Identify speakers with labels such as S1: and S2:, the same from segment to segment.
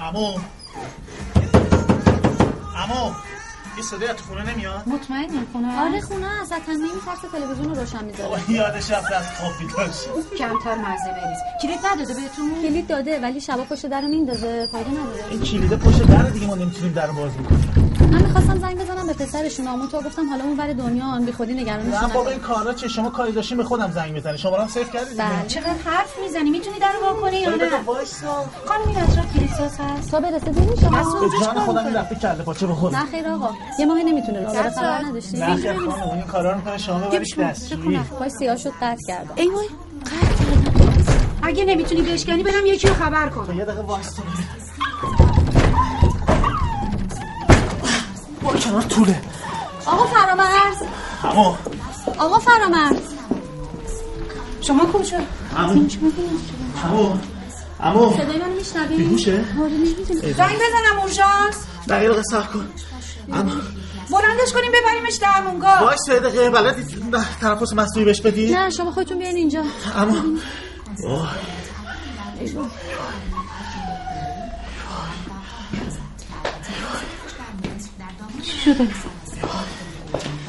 S1: امو امو یه صدای از تو خونه نمیاد
S2: مطمئنی خونه
S3: آره خونه از تنهایی میترسه تلویزیون رو روشن میذاره
S1: بابا یادش رفت از کافی داشت
S2: کمتر مزه بریز کلیت نداده بهتون
S3: کلید داده ولی شبا پشت در رو میندازه فایده نداره
S1: این کلیده پشت در دیگه ما نمیتونیم در رو باز بکنیم
S3: من میخواستم زنگ بزنم به پسرشون اما تو گفتم حالا اون ور دنیا بی خودی
S1: نه
S3: نگرانشون
S1: بابا
S3: نکن.
S1: این کارا چه شما کاری داشتین به خودم زنگ بزنی شما رو هم سیف کردید
S3: بله
S2: چقدر حرف میزنی میتونی در رو وا کنی یا نه
S1: وایسا
S2: خانم این اطراف کلیساس هست
S3: تا برسه دیدی شما
S1: به جان خودم این رفته کله پاچه به خودم
S3: نه خیر آقا یه ماهی نمیتونه راه بره خبر نداشتی
S1: نه خیر خانم این کارا رو میکنه شما ببرید دستشویی
S3: پای سیاه شد قطع کردم
S2: ای وای اگه نمیتونی بشکنی برم یکی رو خبر کن
S1: یه دقیقه وایسا با کنار طوله
S3: آقا فرامرز
S1: امو
S3: آقا فرامرز
S2: شما کجا
S1: امو امو امو
S3: صدای منو میشنوی
S1: بیهوشه
S3: آره نمی‌دونم.
S2: زنگ بزنم اورژانس
S1: نه یه دقیقه سر کن امو
S2: بلندش کنیم ببریمش درمونگاه
S1: باش یه دقیقه بلدی نه، تنفس مصنوعی بهش بدی
S3: نه شما خودتون بیاین اینجا
S1: اما اوه.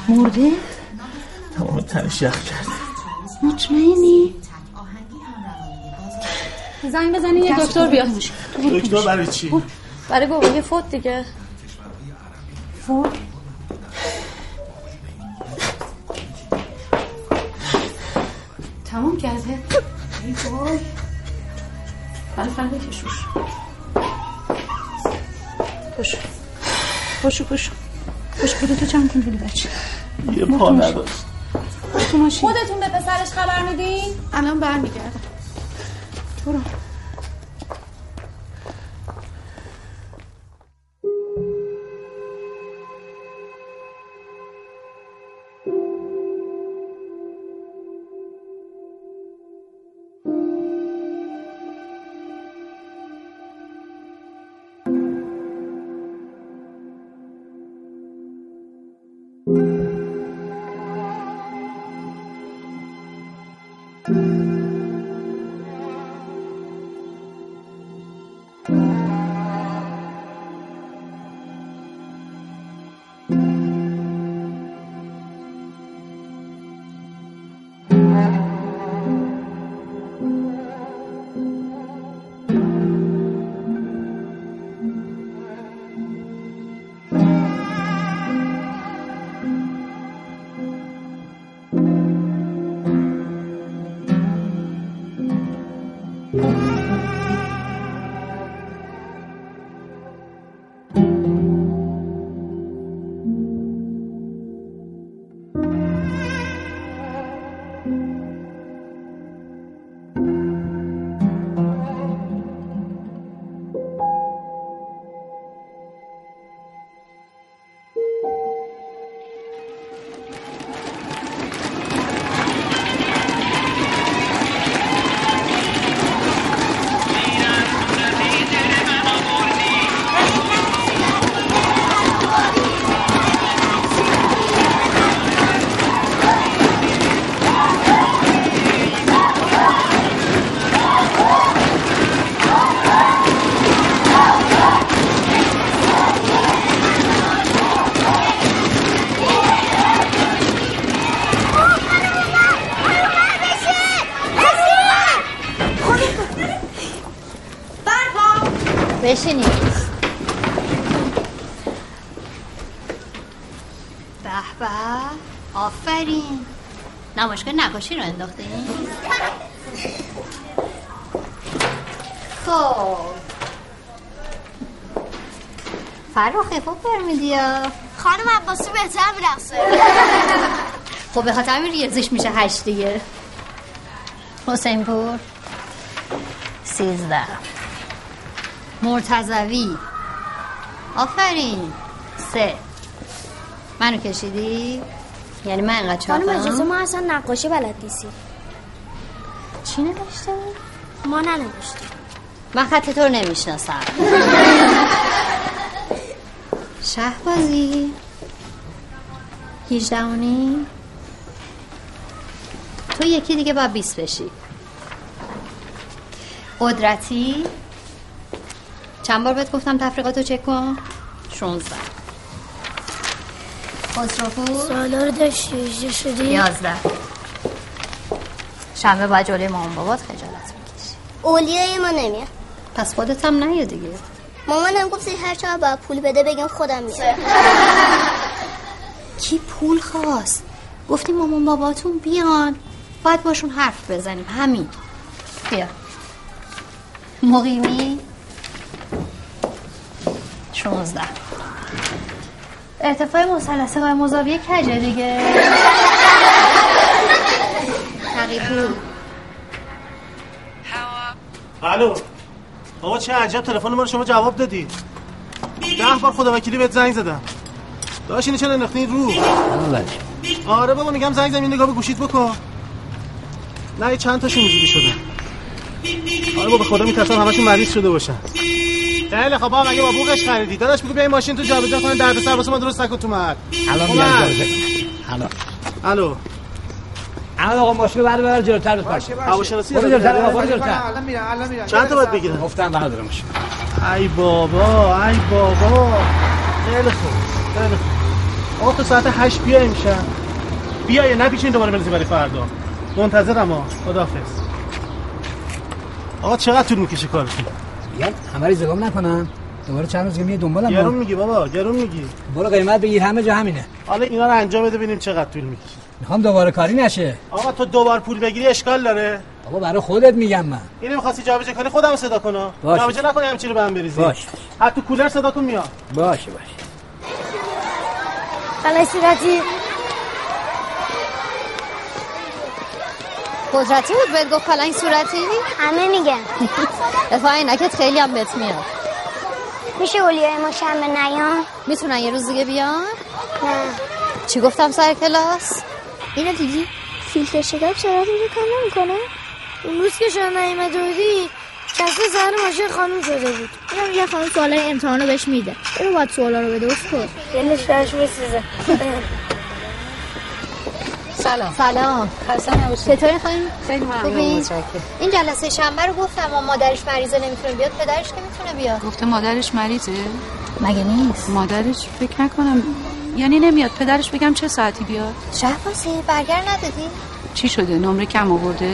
S3: مرده
S1: تمام تنش یخ کرد
S3: مطمئنی زنگ بزنین یه دکتر بیاد
S1: دکتر برای چی؟
S3: برای گوگل یه فوت دیگه
S2: تموم کرده ای وای بله بله کشوش پشو پشو پشو پشو بودو تو چند کن بودو بچه
S1: یه پا نداشت
S2: تو ماشین
S3: خودتون به پسرش خبر میدین
S2: الان برمیگردم برو
S3: بشینید
S4: به به آفرین نمایشگاه نقاشی رو انداخته خب فراخه خوب برمیدیا
S5: خانم عباسی بهتر میرقصه
S4: خب به خاطر همین ریزش میشه هشت دیگه حسین پور سیزده مرتزوی آفرین سه منو کشیدی؟ یعنی من اینقدر
S5: خانم اجازه
S4: چاپم؟
S5: ما اصلا نقاشی بلد نیستیم
S4: چی نوشته بود؟
S5: ما ننوشتیم
S4: من خط تو رو نمیشناسم شهبازی هیجدهانی تو یکی دیگه با بیست بشی قدرتی چند بار بهت گفتم تفریقاتو چک کن 16 خسروپور
S6: سالا رو داشت شیشه شدی
S4: 11 شنبه باید جلوی مامان بابات خجالت میکشی
S6: اولیای ما نمیاد
S4: پس خودت هم نیا دیگه
S6: مامانم گفت هر چقدر باید پول بده بگم خودم میاد
S4: کی پول خواست گفتیم مامان باباتون بیان باید باشون حرف بزنیم همین بیا مقیمی 16 ارتفاع مثلث های مزاویه کجه دیگه تقیقی
S1: الو بابا چه عجب تلفن ما رو شما جواب دادی ده بار خدا وکیلی بهت زنگ زدم داشت اینو چرا انداختی رو آره بابا میگم زنگ زمین نگاه به گوشیت بکن نه یه چند تاشون اینجوری شدن آره بابا خدا میترسم همشون مریض شده باشن خیلی خب بابا اگه با بوقش خریدی داداش میگه بیا این ماشین تو جابجا کنن درد سر واسه ما درست نکن تو مرد
S7: الان
S1: خب،
S7: میام
S1: من.
S7: جلو بکنم. الان
S1: الو
S7: الان آقا ماشین رو بر بر جلوتر بپر
S1: هواشناسی
S7: برو
S1: داره؟
S7: جلوتر آقا برو جلوتر
S8: الان میرم الان میرم
S1: چند تا باید بگیرم
S7: گفتم بردارم ماشین
S1: ای بابا ای بابا خیلی خوب خیلی خوب آقا تو ساعت هشت بیا امشب بیا یا نپیچین دوباره بنزین برای فردا منتظرم ها خدافز آقا چقدر طول میکشه کارتون
S7: میگم همه رو زگام نکنم دوباره چند روز دیگه میای
S1: گرون
S7: دنبالم
S1: میگی بابا گرون میگی
S7: برو قیمت بگیر همه جا همینه
S1: حالا اینا رو انجام بده ببینیم چقدر طول میکشه
S7: میخوام دوباره کاری نشه
S1: آقا تو دوبار پول بگیری اشکال داره
S7: خب. بابا برای خودت میگم من
S1: اینو می‌خواستی جابجا کنی خودم صدا کنم
S7: باشه.
S1: جابجا نکنی همچین رو به هم بریزی
S7: باشه.
S1: حتی کولر صدا کن میاد
S7: باشه باشه
S9: بله سیرتی
S4: قدرتی بود بهت گفت پلنگ صورتی
S6: همه میگن
S4: اتفاقا اینکت خیلی هم بهت میاد
S6: میشه اولیای ما شنبه نیان
S4: میتونن یه روز دیگه بیان
S6: نه
S4: چی گفتم سر کلاس اینو دیدی
S6: فیلتر شکم شرایط اینجا کار نمیکنه اون روز که شما نیمه بودی کسی زن ماشین خانم شده بود
S9: اینم یه خانم سوال امتحان رو بهش میده اینو باید سوالا رو بده اسکو
S6: دلش داشت میسیزه
S4: سلام سلام خسته نباشید چطوری خانم خیلی ممنون این جلسه شنبه رو گفتم اما مادرش مریضه نمیتونه بیاد پدرش که میتونه بیاد
S10: گفته مادرش مریضه
S4: مگه نیست
S10: مادرش فکر نکنم یعنی نمیاد پدرش بگم چه ساعتی بیاد
S4: شهبازی برگر ندادی
S10: چی شده نمره کم آورده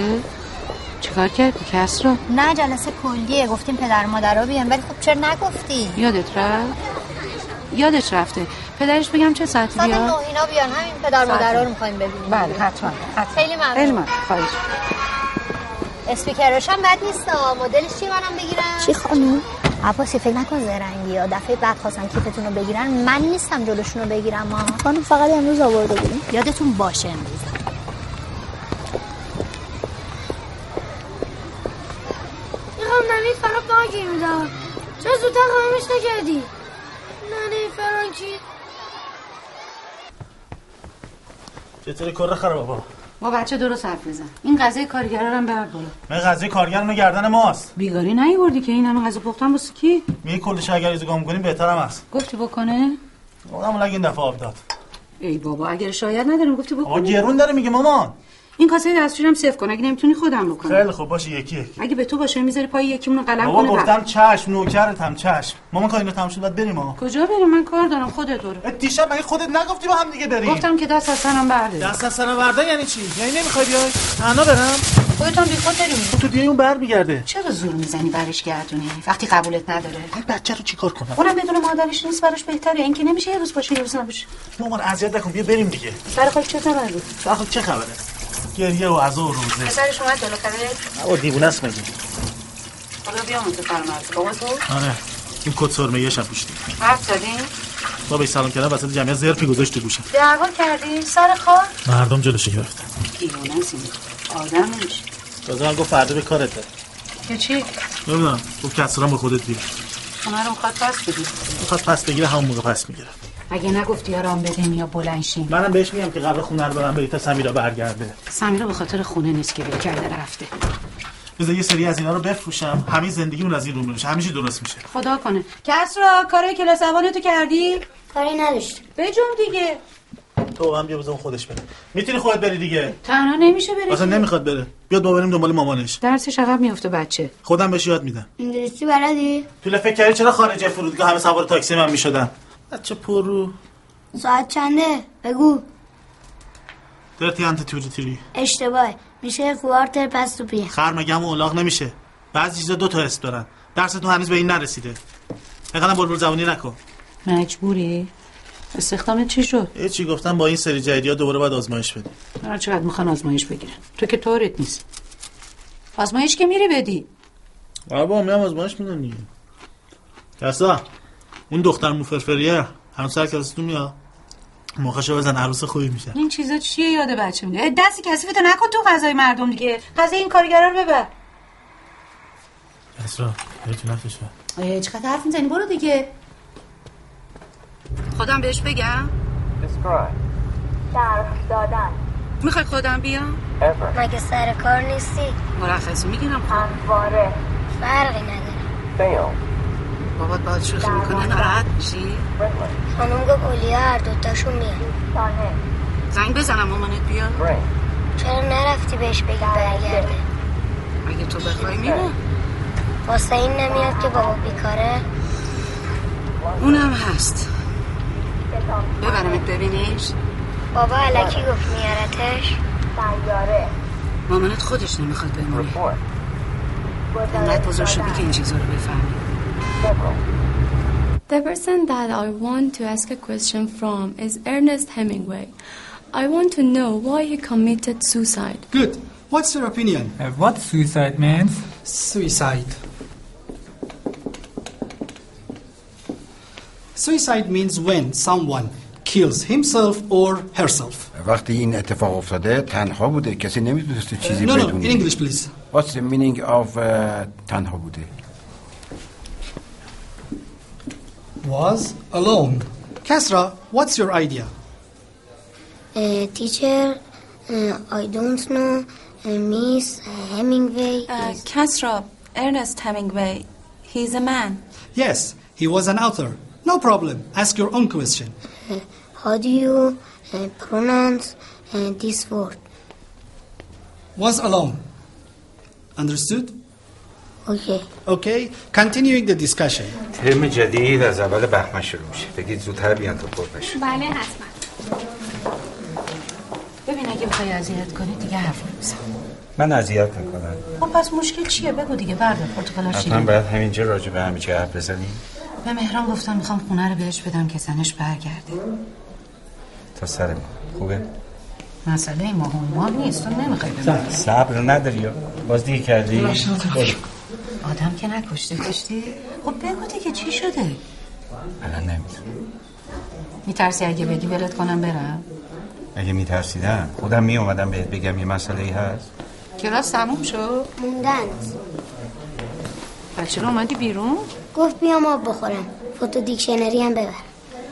S10: چیکار کردی کس را
S4: نه جلسه کلیه گفتیم پدر و مادر رو بیان ولی خب چرا نگفتی
S10: یادت رفت یادش رفته پدرش بگم چه ساعتی
S4: ساعت
S10: بیاد
S4: نه اینا بیان همین پدر و مادر رو میخوایم ببینیم بله حتما خیلی ممنون
S10: خواهش
S4: اسپیکرش هم بد نیست ها. مدلش چی منم بگیرم
S6: چی خانم؟
S4: عباسی فکر نکن زرنگی ها دفعه بعد خواستن کیفتون رو بگیرن من نیستم جلوشون رو بگیرم ها
S6: خانم فقط امروز آورده بودیم
S4: یادتون باشه امروز
S6: این خانم ننه فرا پاکی میدم چرا زودتر خانمش نکردی؟ ننه فرانکی
S1: چطوری کره خره بابا
S2: با بچه درست حرف بزن این غذای کارگرا هم بر بالا
S1: من قضیه کارگرمون گردن ماست
S2: بیگاری نیوردی که این همه غذا پختن واسه کی
S1: میگه کلش اگر ریزو گم کنیم بهترم است
S2: گفتی بکنه
S1: اونم لگ این دفعه آب داد
S2: ای بابا اگر شاید ندارم گفتی
S1: آقا
S2: بکنه
S1: گرون داره میگه مامان
S2: این کاسه دستشویی هم صفر کن اگه نمیتونی خودم بکنم
S1: خیلی خوب باشه یکی یکی
S2: اگه به تو باشه میذاری پای یکیمون رو قلم
S1: بابا
S2: کنه بعد.
S1: گفتم چشم نوکرتم چشم مامان کار اینا تموم شد باید بریم آقا
S2: کجا بریم من کار دارم خودت برو
S1: اه، دیشب مگه خودت نگفتی با هم دیگه بریم
S2: گفتم که دست از سرم برداری
S1: دست از سر بردن یعنی چی یعنی نمیخوای بیای تنها برم
S2: خودت هم بیخود داری
S1: تو تو دیگه اون برمیگرده
S2: چرا زور میزنی برش گردونی وقتی قبولت نداره
S1: بچه رو چیکار کنم
S2: اونم بدون مادرش نیست براش بهتره اینکه نمیشه یه روز باشه یه روز نباشه
S1: مامان اذیت نکن بیا بریم دیگه
S2: سر خودت چطور نگو
S1: آخه چه خبره گریه و عزا و روزه
S2: پسرش اومد جلو کرده
S1: بابا دیوونه است مگه
S2: خدا بیا تو فرمت بابا تو
S1: آره این کت سرمه یه شب پوشیدی
S2: حرف زدی
S1: بابا به سلام کردم وسط جمعیت زرفی گذاشت تو گوشم
S2: دعوا کردی سر کار
S1: مردم جلوش گرفتن
S2: دیوونه سیم آدم نمیشه
S1: تازه من گفت فردا به کارته
S2: یا چی
S1: نمیدونم گفت کسرا با خودت بیا
S2: خونه رو میخواد پس بدی
S1: میخواد پس بگیره همون موقع پس میگیره
S2: اگه نگفتی آرام بدین یا بلنشین
S1: منم بهش میگم که قبل خونه رو برم بری تا سمیرا برگرده
S2: سمیرا به خاطر خونه نیست که ول کرده رفته
S1: بذار یه سری از اینا رو بفروشم همین زندگیمون از این رو میشه همیشه درست میشه
S2: خدا کنه کس را کارای کلاس اول تو کردی
S6: کاری نداشت
S2: بجم دیگه
S1: تو هم بیا بزن خودش بره میتونی خودت بری دیگه
S11: تنها نمیشه بره
S1: اصلا نمیخواد بره بیاد با بریم دنبال مامانش
S11: درسش عقب میفته بچه
S1: خودم بهش یاد میدم
S5: انگلیسی بلدی؟
S1: تو فکر کردی چرا خارج فرودگاه همه سوار تاکسی من میشدن بچه پر رو
S5: ساعت چنده؟ بگو
S1: درتی انت توری توری
S5: اشتباه میشه کوارتر پس تو پی
S1: خرمگم و الاغ نمیشه بعضی چیزا دو تا حس دارن درستون هنوز به این نرسیده اینقدر بلبل زبونی نکن
S2: مجبوری استخدامت چی شد
S1: یه چی گفتم با این سری جدیدا دوباره باید آزمایش بدی
S2: هر چقدر میخوان آزمایش بگیرن تو که طورت نیست آزمایش که میری بدی
S1: بابا میام آزمایش میدم دیگه کسا اون دختر موفرفریه همسر کلاستون میاد موقعشو بزن عروس خوبی میشه
S2: این چیزا چیه یاد بچه میده دستی کثیفتو نکن تو غذای مردم دیگه غذای این کارگرا رو ببر
S1: اسرا بهتون نفشه
S11: آیا چقدر حرف میزنی برو دیگه
S2: خودم بهش بگم
S12: Describe.
S5: درف دادن
S2: میخوای خودم بیام
S12: Ever.
S5: مگه سر کار نیستی؟
S2: مرخصی میگیرم
S5: همواره فرقی نداره
S12: Fail.
S2: بابات باید شوخی میکنه ناراحت میشی
S12: Friendly.
S5: خانم گفت اولیا هر دوتاشون میان
S2: زنگ بزنم مامانت بیا
S12: Brain.
S5: چرا نرفتی بهش بگی برگرده
S2: اگه تو بخوای میره
S5: واسه این نمیاد که بابا بیکاره
S2: اونم هست ببرمت ببینیش
S5: بابا علکی گفت میارتش
S2: مامانت خودش نمیخواد بمونه
S12: Report.
S2: انقدر بزرگ شدی که این چیزا رو بفهمی
S9: The person that I want to ask a question from is Ernest Hemingway. I want to know why he committed suicide.
S13: Good. What's your opinion?
S7: Uh, what suicide means?
S13: Suicide. Suicide means when someone kills himself or herself.
S14: وقتی این اتفاق افتاده تنها بوده کسی نمیتونسته چیزی
S13: no, no, in
S14: بدونه
S13: English, please.
S14: What's the meaning of uh, تنها بوده
S13: Was alone. Kasra, what's your idea?
S5: تیچر آی دونت نو میس همینگوی
S9: Uh, Castro, Ernest Hemingway, he's a man.
S13: Yes, he was an author. No problem. Ask your own question.
S5: How do you uh, pronounce uh, this word?
S13: Was alone. Understood?
S5: Okay.
S13: Okay, continuing the discussion.
S15: ترم جدید از اول بهمن شروع میشه بگید زودتر بیان تا پر بشه
S3: بله حتما
S2: ببین اگه بخوای اذیت کنی دیگه حرف نمیزن
S15: من اذیت میکنم
S2: خب پس مشکل چیه بگو دیگه بردار پرتقالاش
S15: حتما
S2: شیرین
S15: باید همینجا راجع به همه چی حرف بزنیم
S2: به مهران گفتم میخوام خونه رو بهش بدم که زنش برگرده
S15: تا سر ما خوبه
S2: مسئله ما هنوان نیست تو نمیخوای بمونی خب،
S15: صبر نداری یا باز دیگه کردی
S2: باشه، آقا.
S15: برو.
S2: آدم که نکشته کشتی خب بگو دیگه چی شده
S15: الان نمیتونم
S2: میترسی اگه بگی ولت کنم برم
S15: اگه میترسیدم خودم میومدم بهت بگم یه مسئله ای هست
S2: کلاس تموم شد
S5: موندن
S2: بچه رو اومدی بیرون
S5: گفت بیام آب بخورم فوتو دیکشنری هم ببر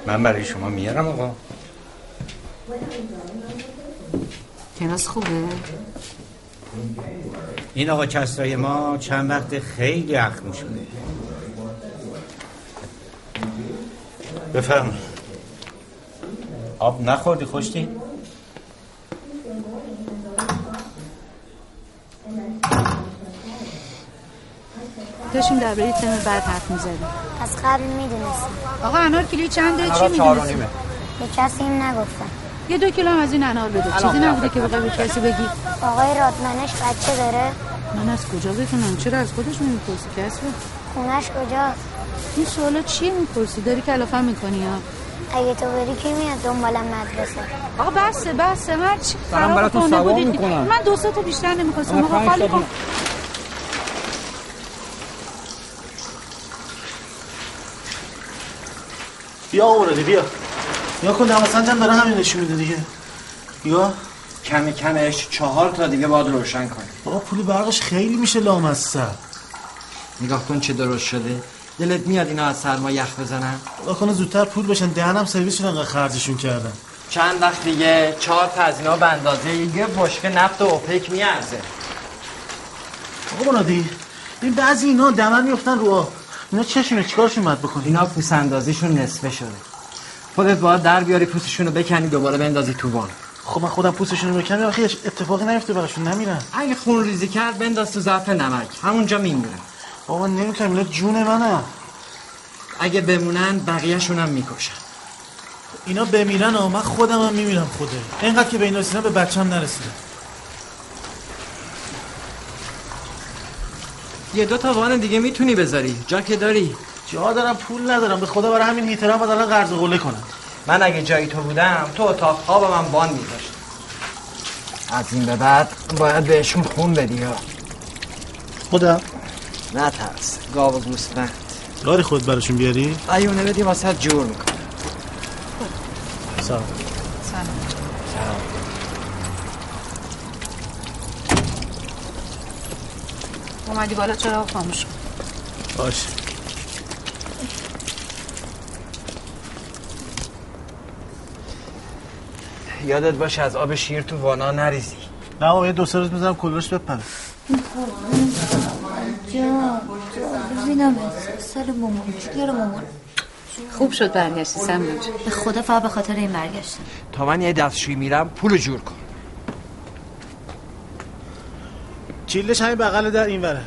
S15: من برای شما میارم آقا
S2: کلاس خوبه
S15: این آقا کسرای ما چند وقت خیلی اخم شده بفرمایید آب نخوردی خوشتی؟
S2: داشتیم درباره ترم بعد حرف میزدیم
S5: از قبل میدونستم
S2: آقا انار کیلو چنده چی میدونستی
S5: به کسی این نگفتم
S2: یه دو کیلو هم از این انار بده چیزی نبوده که بخوای به کسی بگی
S5: آقای رادمنش بچه داره
S2: من از کجا بدونم چرا از خودشون میپرسی کس رو
S5: خونش کجاست
S2: این سوالا چیه میپرسی داری کلافه میکنی ها
S5: اگه تو بری کی میاد دنبالم مدرسه
S2: آقا بسه بسه هر چی
S16: دارم
S2: خراب
S16: براتون
S2: کنه
S16: سوال
S2: بودید.
S16: می‌کنم.
S2: من دو سه تا بیشتر نمیخواستم
S16: آقا،
S2: آقا
S16: پنج
S2: خالی
S16: تا
S2: کن
S16: بی-
S1: بیا اوردی بیا یا کن دم سنجم داره همین نشون میده دیگه یا
S17: کم کمش چهار تا دیگه باید روشن کنی
S1: بابا پول برقش خیلی میشه لامصب
S17: نگاه کن چه درست شده دلت میاد اینا از سرما یخ بزنن
S1: نگاه کنه زودتر پول بشن دهنم سرویس شدن انقدر خرجشون کردن
S17: چند وقت دیگه چهار تا از اینا به اندازه یه بشکه نفت اوپک میارزه
S1: آقا بنادی این بعضی اینا دمر میفتن رو آب اینا چشونه چیکارشون باید بکنی
S17: اینا پوس اندازیشون نصفه شده خودت باید در بیاری پوستشون رو بکنی دوباره بندازی تو بان
S1: خب من خودم پوستشون رو بکنم آخه هیچ اتفاقی نیفته براشون نمیرن
S17: اگه خون ریزی کرد بنداز تو ظرف نمک همونجا میمیرن
S1: بابا نمیتونم اینا جون منه
S17: اگه بمونن بقیهشون هم میکشن
S1: اینا بمیرن آ من خودم هم میمیرم خوده اینقدر که به این رسیدم به بچم نرسیدم
S17: یه دو تا وان دیگه میتونی بذاری جا که داری
S1: جا دارم پول ندارم به خدا برای همین هیترم باید الان قرض قله کنم
S17: من اگه جای تو بودم تو اتاق خواب من وان میذاشت از این به بعد باید بهشون خون بدی ها
S1: خودم
S17: نه ترس گاو و گوسفند
S1: داری خود براشون بیاری
S17: ایونه بدی واسه جور میکنه
S1: سلام
S2: سلام اومدی بالا چرا خاموش
S1: باش
S17: یادت باشه از آب شیر تو وانا نریزی
S1: نه آقا یه دو سه روز میزنم کلوش بپره
S12: جا ببینم سر مامان چیگر مامان
S2: خوب شد برگشتی سمجد
S12: به خدا فقط به خاطر این برگشتم
S17: تا من یه دستشویی میرم پول جور کن
S1: چیلش همین بغل در این وره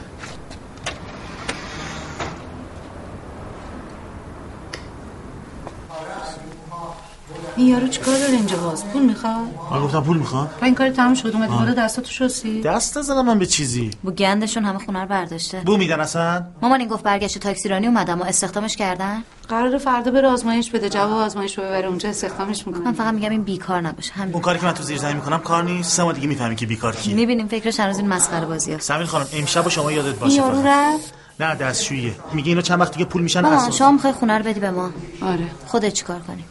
S2: این یارو چیکار داره اینجا باز پول میخواد
S1: من گفتم پول میخواد
S2: این کار تموم شد اومدی بالا دستاتو شستی
S1: دست نزدم من به چیزی
S12: بو گندشون همه خونه رو برداشته
S1: بو میدن اصلا
S12: مامان این گفت برگشت تاکسیرانی اومدم و استخدامش کردن
S2: قرار فردا بره آزمایش بده جواب آزمایش رو ببره اونجا استخدامش میکنن
S12: من فقط میگم این بیکار نباشه همین
S1: اون کاری که من تو زیر زمین میکنم کار نیست سه ما دیگه میفهمی که بیکار کی
S12: میبینیم فکرش هنوز این مسخره بازیه
S1: سمیر خانم امشب و شما یادت باشه
S2: یارو رفت
S1: نه دستشویی میگه اینا چند وقت دیگه پول میشن
S12: مامان شما میخوای خونه رو بدی به ما
S2: آره
S12: خودت چیکار کنی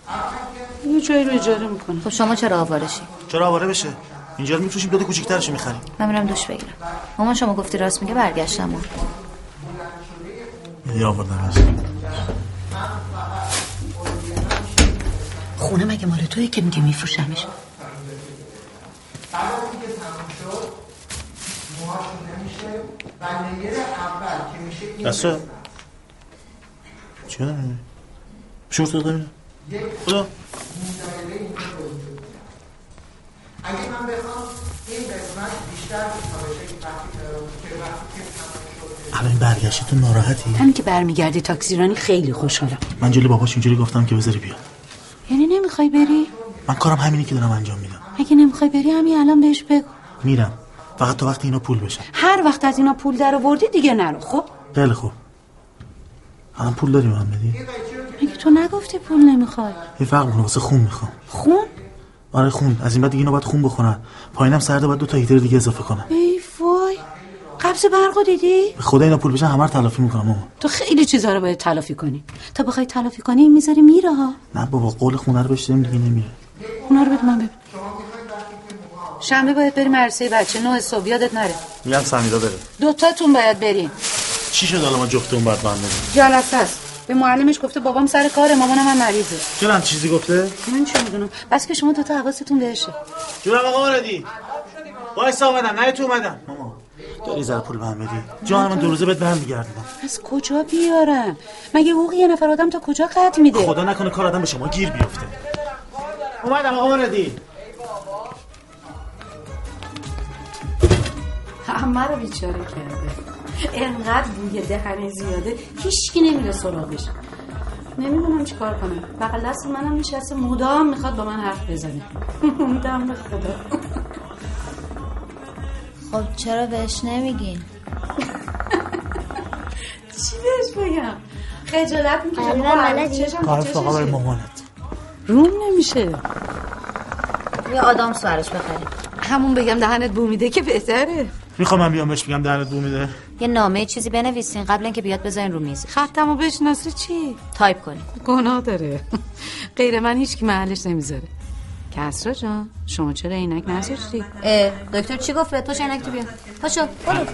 S2: یه جایی رو اجاره میکنه
S12: خب شما چرا آوارشی
S1: چرا آواره بشه اینجا رو میفروشیم دو تا کوچیک‌ترش میخریم
S12: من میرم دوش بگیرم مامان شما گفتی راست میگه برگشتم اون
S1: یه آوردم
S12: خونه مگه مال توی که میگه میفروشمش
S1: دسته چی کنم شورت دقیقه بیرم خدا
S18: اگه من بخوام این قسمت بیشتر که
S1: الان برگشتی تو ناراحتی
S2: همین که برمیگردی تاکسیرانی خیلی خوشحالم
S1: من جلو باباش اینجوری گفتم که بذاری بیاد
S2: یعنی نمیخوای بری
S1: من کارم همینی که دارم انجام میدم
S2: اگه نمیخوای بری همین الان بهش بگو
S1: میرم فقط تا وقتی اینا پول بشن
S2: هر وقت از اینا پول در آوردی دیگه نرو خب
S1: خیلی خوب الان پول داری به من بدی
S2: مگه تو نگفتی پول نمیخوای
S1: یه فرق میکنه واسه خون میخوام
S2: خون
S1: آره خون از این بعد دیگه اینا باید خون بخورن پایینم سرده باید دو تا هیتر دیگه اضافه کنم
S2: ای وای قبض برقو دیدی
S1: به خدا اینا پول بشن همه رو تلافی میکنم ماما
S2: تو خیلی چیزا رو باید تلافی کنی تا بخوای تلافی کنی این میذاری میره ها
S1: نه بابا قول خونه رو بشتیم دیگه نمیره
S2: خونه رو بده من ببین شنبه باید بریم عرصه بچه نه صبح یادت نره
S1: میگم سمیرا بره
S2: دوتاتون باید بریم
S1: چی شد الان ما جفتمون باید من
S2: جلسه است به معلمش گفته بابام سر کار مامانم هم مریضه
S1: چرا هم چیزی گفته
S2: من چه میدونم بس که شما دوتا حواستون بهشه
S1: جونم آقا آردی وایس آمدم نه تو اومدم ماما داری زر پول بهم بدی جان من دو روزه بهت برمیگردونم
S2: از کجا بیارم مگه حقوق یه نفر آدم تا کجا قطع میده
S1: خدا نکنه کار آدم به شما گیر بیفته اومدم آقا آردی
S19: همه رو بیچاره کرده انقدر بوی دهنه زیاده هیچکی نمیره سراغش نمیدونم چیکار کنم بغل دست منم نشسته مدام میخواد با من حرف بزنه مدام به خدا
S12: خب چرا بهش نمیگین
S19: چی بهش بگم خجالت میکشم
S1: حرف فقط برای مامانت
S2: روم نمیشه
S12: یه آدم سوارش بخریم
S2: همون بگم دهنت بو میده که بهتره
S1: میخوام من بیام بهش بگم دهنت بو میده
S12: یه نامه چیزی بنویسین قبل اینکه بیاد بذارین رو میز
S2: خطمو بشناسه چی
S12: تایپ کنی
S2: گناه داره غیر من هیچ کی محلش نمیذاره کسرا جان شما چرا عینک نذاشتی
S12: دکتر چی گفت بهت پاش عینک تو بیا پاشو برو
S7: اول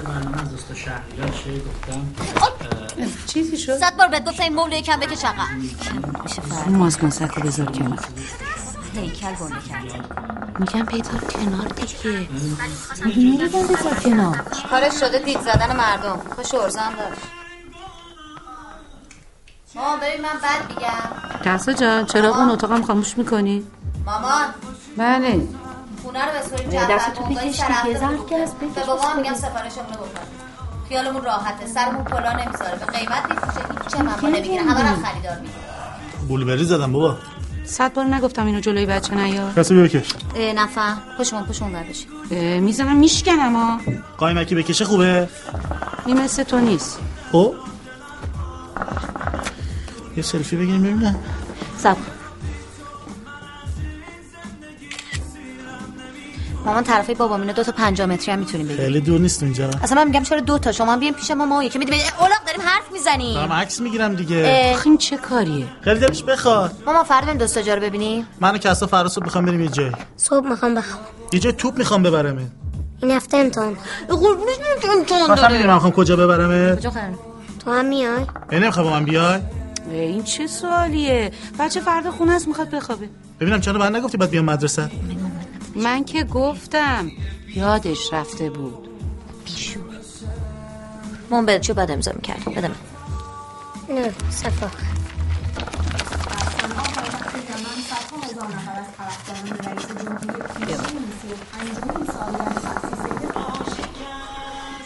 S7: برنامه از دوست شهریار شی گفتم
S2: چیزی شد
S12: صد بار بهت گفتم این مبل یکم بکش آقا
S2: ماسک ماسک بذار کنار
S12: هیکل گنده کرد
S2: میگم بذار کنار دیگه
S12: نمیگم بذار کنار کارش شده دید زدن مردم خوش ارزم داشت مامان ببین من بد میگم
S2: کسا جان چرا اون اتاقم خاموش میکنی؟
S12: مامان
S2: بله
S12: خونه رو بسپریم
S2: نه،
S12: چند
S2: دست
S12: بعد
S2: تو
S12: موقعی
S2: بکش
S12: سر
S2: دیگه،
S12: هفته
S2: زحمت
S12: بود. به بابا میگم سفارشمون رو بکنه خیالمون راحته سرمون کلا نمیذاره به قیمت میفروشه هیچ چه ممنون نمیگیره همه رو خریدار میکنه
S1: بلوبری زدم بابا
S2: صد بار نگفتم اینو جلوی بچه نیار
S1: کسی بکش
S12: نفهم پشت من پشت اون بشین
S2: اه، میزنم میشکنم ها
S1: قایمکی بکشه خوبه خب.
S2: این مثل تو نیست
S1: او یه سلفی بگیریم ببینم
S12: سب مامان طرفی بابا مینو دو تا 50 متری هم میتونیم بگیریم
S1: خیلی دور نیست اونجا
S12: اصلا من میگم چرا دو تا شما هم بیاین پیش ما ما یکی میدیم اولاق داریم حرف
S1: دارم
S12: میزنیم
S1: عکس میگیرم دیگه
S2: این چه کاریه
S1: خیلی دلش بخواد
S12: ماما فردا این دوستا جا رو ببینیم
S1: من و کسا فراسو میخوام بریم یه جای
S5: صبح میخوام بخوام
S1: یه جای توپ میخوام ببرمت
S5: این هفته امتحان قربونش میرم تو امتحان
S1: مثلا میدونم میخوام کجا ببرمت
S5: تو هم میای
S1: ای نمیخوای با من بیای
S2: اه، این چه سوالیه بچه فردا خونه است میخواد بخوابه
S1: ببینم چرا به من نگفتی باید بیام مدرسه
S2: من که گفتم یادش رفته بود
S12: مامان بده چه بعد امضا میکردیم بده من
S5: نه صفا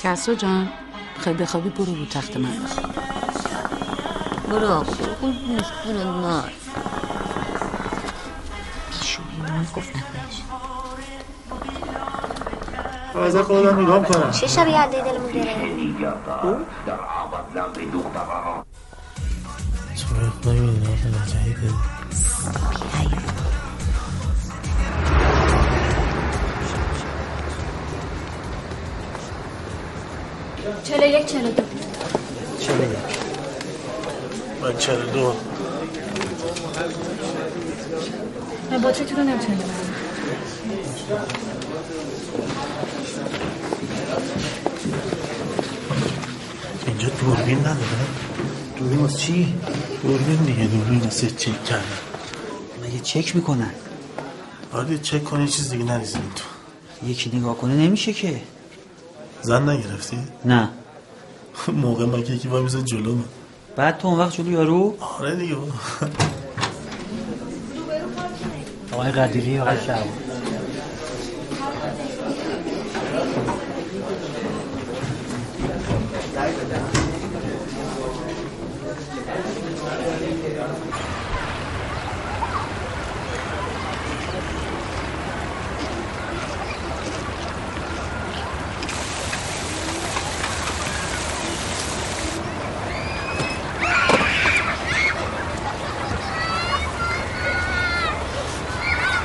S2: کسرا جان خیلی بخوابی برو بود تخت من
S12: برو قربونش برو نه
S1: از خودم نگاه کنم
S5: چه شب یلده دلمون گره
S7: چلو یک چلو دو
S1: من چرا دو
S7: من باتری تو رو نمیتونم ببرم.
S1: اینجا دوربین نداره دوربین واسه چی؟ دوربین دیگه دوربین واسه چک کردن
S20: مگه چک میکنن
S1: آره چک کنی چیز دیگه نریزیم تو
S20: یکی نگاه کنه نمیشه که
S1: زن نگرفتی؟
S20: نه
S1: موقع ما که یکی باید میزد جلو من
S20: بعد تو اون وقت جلو یارو
S1: آره دیگه بابا.
S20: آقای قدیری آقای شعب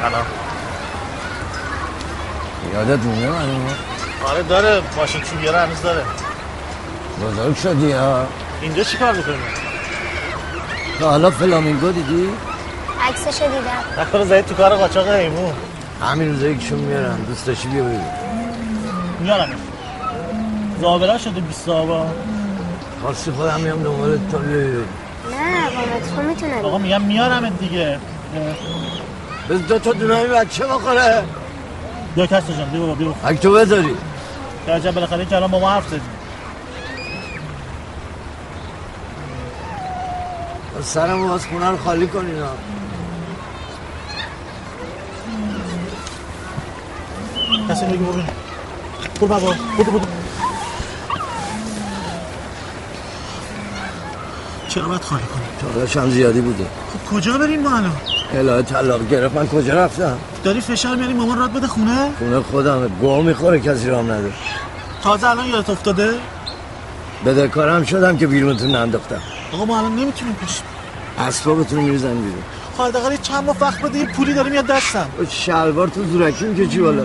S1: سلام
S3: یادت مونه من
S1: آره داره ماشین چوبیاره هنوز داره
S3: بزرگ شدی ها
S1: اینجا چیکار میکنی؟
S3: تا حالا فلامینگو دیدی؟
S5: عکسشو دیدم
S1: نکنه زدید تو کار قاچاق حیوان
S3: همین روزا یکشون میارن دوست داشتی بیا ببین
S1: میارم زابلا شده 20 آبا
S3: خواستی خودم میام دنبالت تا بیا ببین
S5: نه با مترو
S1: آقا
S5: میتونم
S1: میگم میارم دیگه
S3: بز دو تا دونه این بچه بخوره
S1: دو کس جان بیا بابا بیا
S3: اگه تو بذاری
S1: در جب بالاخره که الان با ما حرف زدی
S3: سرم از خونه رو خالی کنین ها
S1: کسی بگی ببین برو بابا برو برو چرا باید خالی کنی؟
S3: چالش هم زیادی بوده
S1: خب کجا بریم ما الان؟
S3: الهه طلاق گرفت من کجا رفتم
S1: داری فشار میاری مامان رات بده خونه؟
S3: خونه خودمه گوه میخوره کسی رام نداره
S1: تازه الان یادت افتاده؟
S3: بده کارم شدم که بیرونتون ننداختم
S1: آقا ما الان نمیتونیم پشت
S3: اسبابتون رو میریزن بیرون
S1: خالدقالی چند ماه وقت بده یه پولی داره میاد دستم
S3: او شلوار تو زورکی میکشی بالا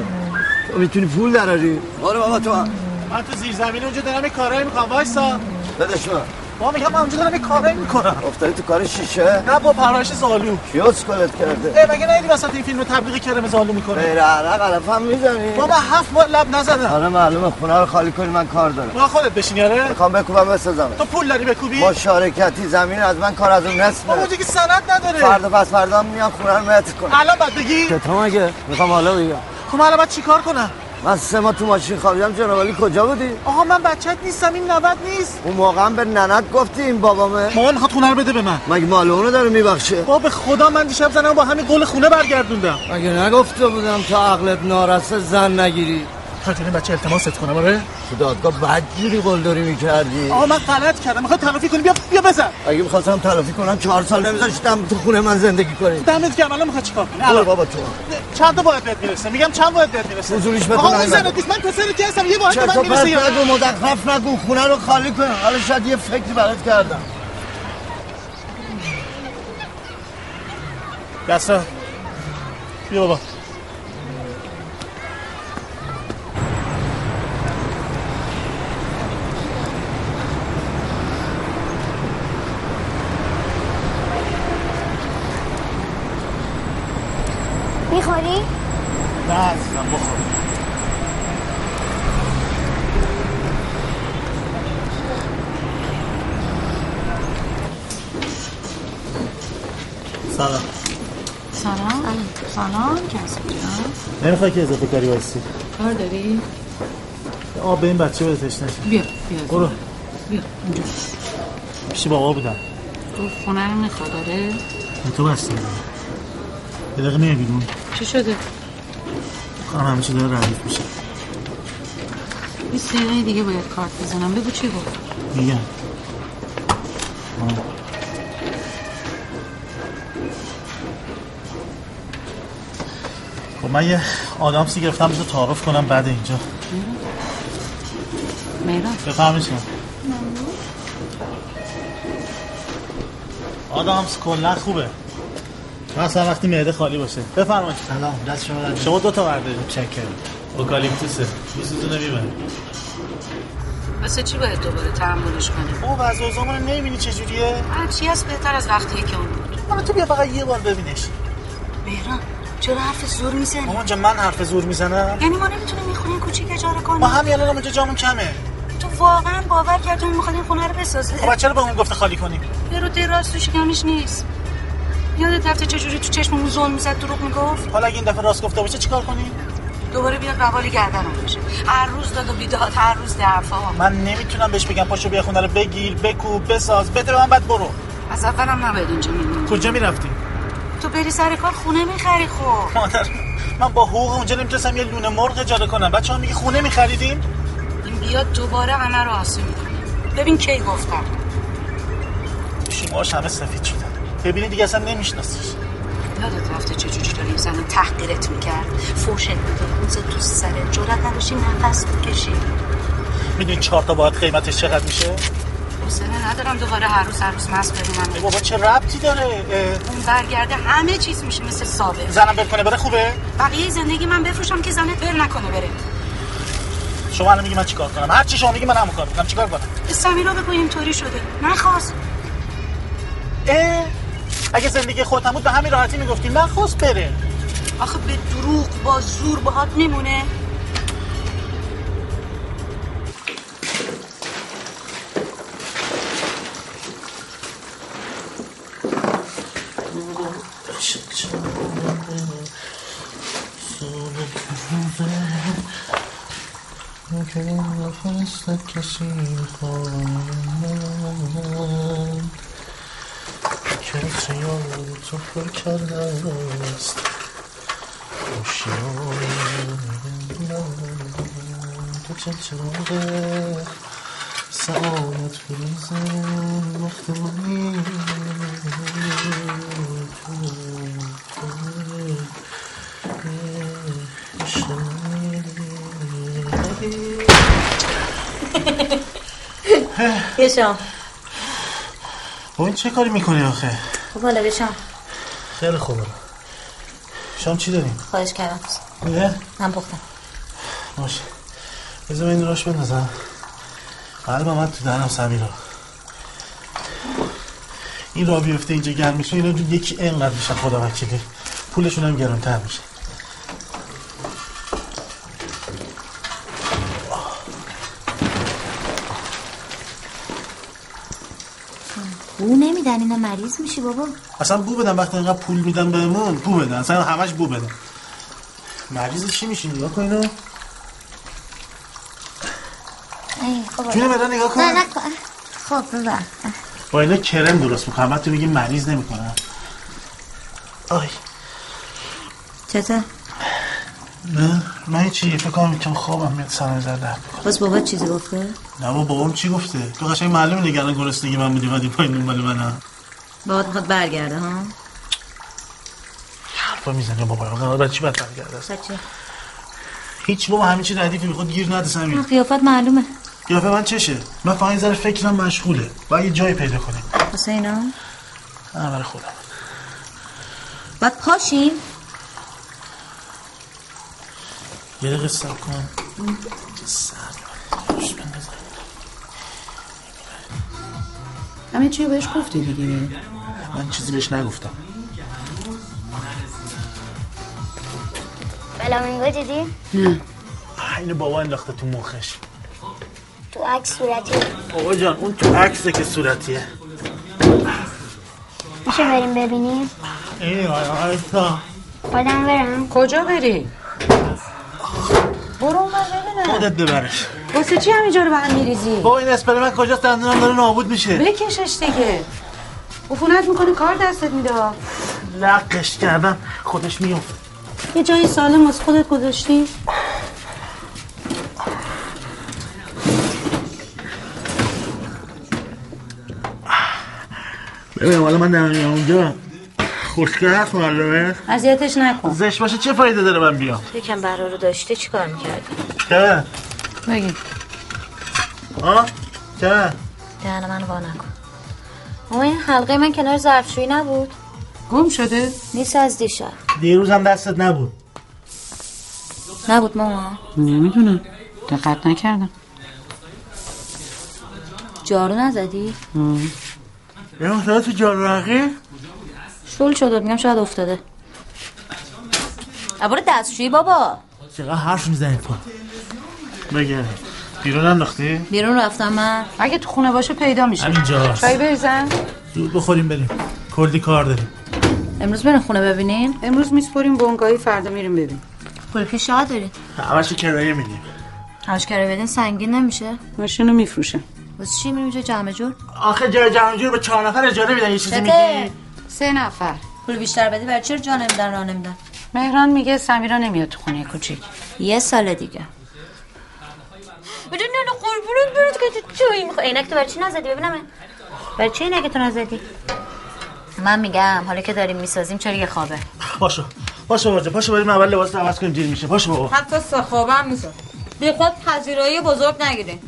S3: تو میتونی پول دراری آره بابا تو هم.
S1: من تو زیر زمین اونجا دارم یه کارایی میکنم وایسا
S3: بدش من
S1: بابا میگم من اونجا دارم یه کارایی میکنم
S3: افتادی تو کار شیشه
S1: نه با پرایش زالو
S3: کیوس کلت کرده
S1: ای مگه نیدی وسط این فیلم تبلیغ کرم زالو میکنه
S3: غیر عرق علفم میزنی
S1: بابا هفت بار لب نزدم
S3: آره معلومه خونه رو خالی کنی من کار دارم
S1: با خودت بشینی آره
S3: میخوام بکوبم بسازم
S1: تو پول داری بکوبی
S3: مشارکتی زمین از من کار از اون نصفه
S1: بابا دیگه سند نداره
S3: فردا پس فردا میام خونه رو متر کنم
S1: الان بعد بگی
S3: چطور مگه میخوام حالا بگم
S1: خب من الان باید چیکار کنم
S3: من سه ماه تو ماشین خوابیدم جناب علی کجا بودی
S1: آها من بچت نیستم این نوبت نیست
S3: اون موقع هم به ننت گفتی این بابامه
S1: مامان میخواد خونه رو بده به من
S3: مگه مال اونو داره میبخشه
S1: با به خدا من دیشب زنم با همین گل خونه برگردوندم
S3: مگه نگفته بودم تا عقلت نارسه زن نگیری
S1: خاطر این بچه التماست کنم آره
S3: تو دادگاه بدجوری قلدری میکردی
S1: آقا من غلط کردم میخواد تلافی کنی بیا بیا بزن
S3: اگه میخواستم تلافی کنم چهار سال نمیذاشتم تو خونه من زندگی کنی
S1: دمت گرم الان میخواد چیکار کنی
S3: برو بابا تو
S1: چند تا باید بهت میرسه میگم چند باید بهت میرسه
S3: حضوریش بده
S1: آقا اون زنت نیست من پسرت هستم یه باید
S3: من
S1: میرسه یا
S3: نگو مدخرف نگو خونه رو خالی کن حالا شاید یه فکری برات کردم
S1: دستا بیا بابا
S5: میخوری؟
S1: نه عزیزم بخور سلام
S2: سلام سلام کسی جان
S1: نمیخوای که اضافه کاری بایستی
S2: کار داری؟
S1: آب به این بچه بده تشنه شد.
S2: بیا بیا
S1: برو
S2: بیا اینجا
S1: پیش بابا بودم
S2: گفت خونه رو میخواد آره
S1: به تو بستم یه دقیقه میای بیرون
S2: چی شده؟
S1: خانم همه چی داره ردیف میشه
S2: یه سینه دیگه باید کارت بزنم بگو چی گفت
S1: میگم خب من یه آدامسی گرفتم بذار تعارف کنم بعد اینجا
S2: مهران
S1: بفهمی چیم آدامس کلا خوبه مثلا وقتی معده خالی باشه بفرمایید
S21: سلام دست شما درد
S1: شما دو تا بردارید
S21: چکر
S1: اوکالیپتوسه بوسیتون نمیبره
S2: واسه چی باید دوباره تحملش کنیم
S1: او وضع و زمان نمیبینی چجوریه
S2: هر چی هست بهتر از وقتی که اون بود
S1: من تو بیا فقط یه بار ببینش
S2: مهران چرا حرف زور میزنی
S1: مامان جان من حرف زور میزنم
S2: یعنی ما نمیتونیم این خونه کوچیک اجاره کنیم
S1: ما همین الانم اینجا جامون کمه
S2: تو واقعا باور کردی اون میخواد این خونه رو بسازه
S1: خب چرا به اون گفته خالی کنیم
S2: یارو دراز تو شکمش نیست یادت رفته چجوری تو چشممون ظلم میزد دروغ میگفت
S1: حالا اگه این دفعه راست گفته باشه چیکار کنی
S2: دوباره بیاد روالی گردنم باشه هر روز داد و بیداد هر روز درفا
S1: من نمیتونم بهش بگم پاشو بیا خونه رو بگیر بکوب بساز بده به من بعد برو
S2: از اولم نباید اینجا میمون
S1: کجا میرفتی
S2: تو بری سر کار خونه میخری خب
S1: مادر من با حقوق اونجا نمیتونستم یه لونه مرغ اجاره کنم بچه‌ها میگه خونه میخریدیم
S2: این بیاد دوباره همه رو آسیب ببین کی گفتم
S1: شیماش همه سفید شدن ببینی دیگه اصلا نمیشناسیش
S2: یادت رفته چجوری داری این زن تحقیرت میکرد فوشت میداد روز تو سرت جرات نداشتی نفس بکشی
S1: میدونی چهار تا باید قیمتش چقدر میشه
S2: حوصله ندارم دوباره هر روز هر روز مست ببینم
S1: ای بابا چه ربطی داره اه.
S2: اون برگرده همه چیز میشه مثل سابق
S1: زنم بکنه بره خوبه
S2: بقیه زندگی من بفروشم که زنت بر نکنه بره
S1: شما الان میگی من چیکار کنم هر چی شما میگی من همون کار میکنم چیکار کنم
S2: سمیرا بگو اینطوری شده نخواست
S1: اه اگه زندگی خودت هم بود به همین راحتی میگفتی نخواست بره
S2: آخه به دروغ با زور باهات نمونه
S7: کسی آن تو پر کرده است خوشیان تو چه چراغه سعادت فروزه وقت منی
S12: یه شام
S1: این چه کاری میکنی آخه
S12: خب حالا به شام
S1: خیلی خوبه شام چی داریم
S12: خواهش کردم
S1: نه
S12: من پختم
S1: باشه بذار من این راش بندازم قلبم من تو دهنم سمیرا این را بیفته اینجا گرم میشه اینا یکی انقدر میشن خدا وکیلی پولشون هم گرمتر میشه
S12: بو نمیدن اینا مریض میشی بابا
S1: اصلا بو بدن وقتی اینقدر پول میدن بهمون بو بدن اصلا همش بو بدن مریض چی میشین نگاه کن اینو خب جون بدن نگاه کن
S12: نه نکن خب ببر
S1: با اینا کرم درست میکنم بعد تو میگی مریض نمیکنم آی
S12: چطور
S1: نه من چی فکر کنم یکم خوابم میاد سرم زرد درد می‌کنه.
S12: باز بابا چیزی گفته
S1: خب. نه بابا بابام چی گفته تو قشنگ معلومه نگران گرسنگی من بودی بعد این پایین دنبال منم
S12: بابات میخواد برگرده ها
S1: حرفا میزنه بابا آقا بعد چی بدتر کرده است
S12: بچه
S1: هیچ بابا همین چی ردیفی میخواد گیر نده سمیر
S12: قیافت معلومه
S1: قیافه من چشه من فقط یه ذره فکرم مشغوله باید یه جایی پیدا کنیم
S12: واسه اینا
S1: نه برای خودم
S12: باید پاشیم
S1: یه دقیقه سب کن سر خوش بندازم.
S2: همه چی رو بهش گفتی دیگه
S1: من چیزی بهش نگفتم
S22: فلامینگو دیدی؟
S2: نه
S1: اینو بابا انداخته تو مخش
S22: تو عکس صورتی
S1: بابا جان اون تو عکسه که صورتیه
S22: میشه بریم ببینیم
S1: ای آی آی تا
S22: خودم برم
S2: کجا بری؟ برو اون ببینم
S1: خودت ببرش
S2: واسه چی همینجا رو به هم میریزی؟
S1: بابا این اسپری من کجاست دندونم داره نابود میشه
S2: بکشش دیگه عفونت میکنه کار دستت میده
S1: لقش کردم خودش میفته
S19: یه جای سالم از خودت گذاشتی؟
S1: ببینم حالا من نمیام اونجا خوشگل هست معلومه
S19: اذیتش نکن
S1: زش باشه چه فایده داره من بیام
S12: یکم برا رو داشته چیکار میکردی
S1: چه
S2: بگی
S1: ها چه
S12: دهن منو وا نکن اما این حلقه من کنار ظرفشویی نبود
S2: گم شده؟
S12: نیست از دیشب
S1: دیروز هم دستت نبود
S12: نبود ماما
S2: نمیدونم دقت نکردم
S12: جارو نزدی
S1: یه مختلف تو جارورقی
S12: شل شده میگم شاید افتاده عباره دستشویی بابا
S1: چقدر حرف میزنی تو بگه بیرون انداختی؟
S12: بیرون رفتم من
S2: اگه تو خونه باشه پیدا میشه
S1: همینجا
S2: چای بریزم
S1: زود بخوریم بریم کلی کار داریم
S12: امروز برین خونه ببینین
S2: امروز میسپریم بونگایی فردا میریم ببین
S12: پول که شاه دارین
S1: همشو کرایه میدیم
S12: همش کرایه بدین سنگین نمیشه
S2: ماشین رو میفروشم
S12: واسه چی میریم جو جمع جور
S1: آخه جای جمع جور به چهار نفر اجاره میدن یه چیزی میگی
S2: سه نفر
S12: پول بیشتر بدی برای چرا جا نمیدن راه نمیدن
S2: مهران میگه سمیرا نمیاد تو خونه کوچیک
S12: یه سال دیگه
S22: بجا نه نه قربونت برات که تو چایی میخوای عینک تو برای چی نزدی ببینم
S12: برای چی نگه تو نزدی من میگم حالا که داریم میسازیم چرا یه خوابه
S1: پاشو پاشو باجا پاشو بریم اول لباس عوض کنیم دیر میشه پاشو بابا
S11: حتی سخابم نیست بی خود پذیرایی بزرگ نگیرین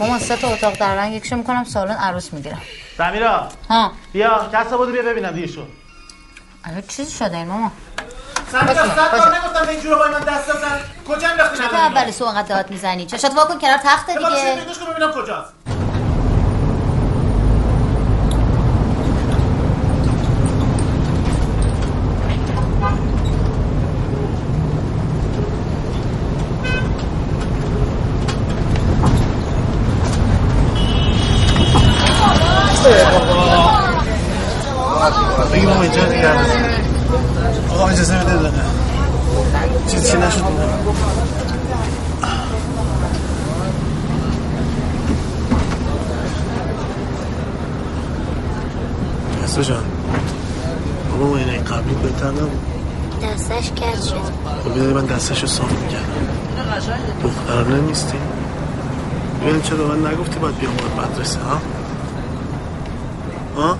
S12: مامان سه تا اتاق در رنگ یکشو میکنم سالن عروس میگیرم
S1: سمیرا
S12: ها
S1: بیا کسا بودو بیا ببینم دیگه شو
S12: الان چیزی شده این ماما
S1: سمیرا صد بار نگفتم به اینجوری با من دست دادن کجا انداختی
S12: چرا اول سو انقدر داد میزنی چشات واکن کنار تخت
S1: بابا
S12: دیگه
S1: بگوش کن ببینم کجاست بگی ما اینجا دیگه آقا اجازه بده دقیقه چیزی نشد کسا جان بابا ما اینه قبلی بهتر نبود
S22: دستش کرد شد
S1: خب بیداری من دستش رو سام میگردم دخترانه نیستی ببینیم چرا به من نگفتی باید بیام باید مدرسه ها ها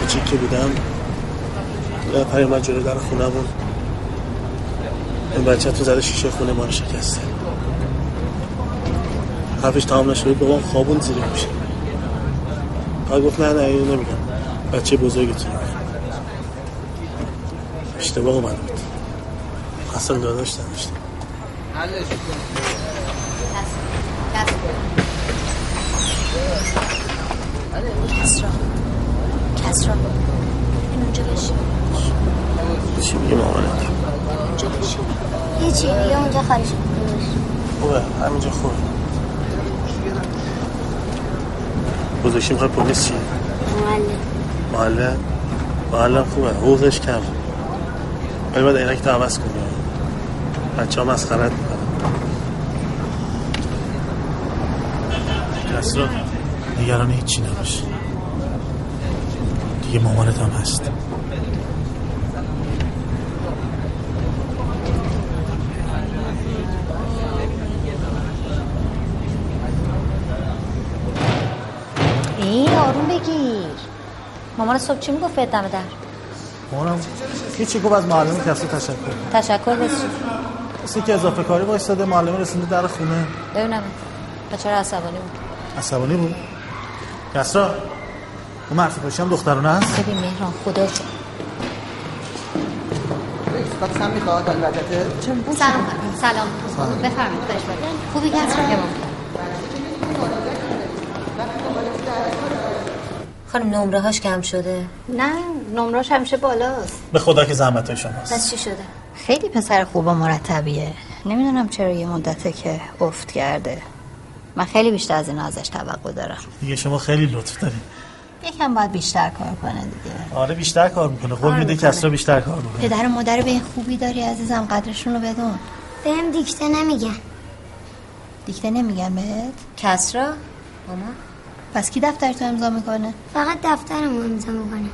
S1: کوچیک که بودم یه نفر اومد جلو در خونه بود این بچه تو زده شیشه خونه ما رو شکسته حرفش تمام نشده بابام خوابون زیر میشه فقط گفت نه نه اینو نمیگم بچه بزرگتون رو میگم. اشتباه اومده بود اصلا داداش نداشتم
S12: کسرا کسرا این اونجا بشین
S1: چی میگه مامانت
S12: اونجا بشین
S22: هیچی بیا اونجا خارج کن.
S1: خوبه همینجا خوبه گذاشتی میخوای خب پلیس چیه
S22: معلم
S1: محله محله خوبه حقوقش کم ولی باید عینک تو عوض کنی
S7: بچه ها مسخرت میکنم کسرا نگران هیچی نباش دیگه مامانت هم هست
S12: این آروم بگیر مامان صبح چی میگفت بهت دم در
S7: مامانم هیچی گفت از معلم کسرا تشکر کن.
S12: تشکر بس
S7: مثل که اضافه کاری وایستاده معلم رسونده در خونه
S12: ببینم و چرا عصبانی بود
S7: عصبانی بود کسرا اون مرفی پاشی هم دخترونه هست
S12: ببین مهران خدا شد
S18: باکس هم میخواد البته
S4: سلام سلام
S7: سلام.
S4: بفرمایید خواهش می‌کنم. خوبی کسرا
S12: خانم نمره هاش کم شده
S4: نه نمراش همیشه بالاست
S7: به خدا که زحمت های شما
S12: پس چی شده
S4: خیلی پسر خوب و مرتبیه نمیدونم چرا یه مدته که افت کرده من خیلی بیشتر از اینا ازش توقع دارم
S7: دیگه شما خیلی لطف دارین
S4: یکم باید بیشتر کار کنه دیگه
S7: آره بیشتر کار میکنه
S4: کار
S7: قول میده
S4: می‌کنه.
S7: کسرا بیشتر کار میکنه
S4: پدر و مادر به این خوبی داری عزیزم قدرشون رو بدون
S12: بهم دیکته نمیگن
S4: دیکته نمیگن بهت
S12: کسرا مامان
S4: پس کی دفتر تو امضا میکنه
S14: فقط دفترم رو امضا میکنم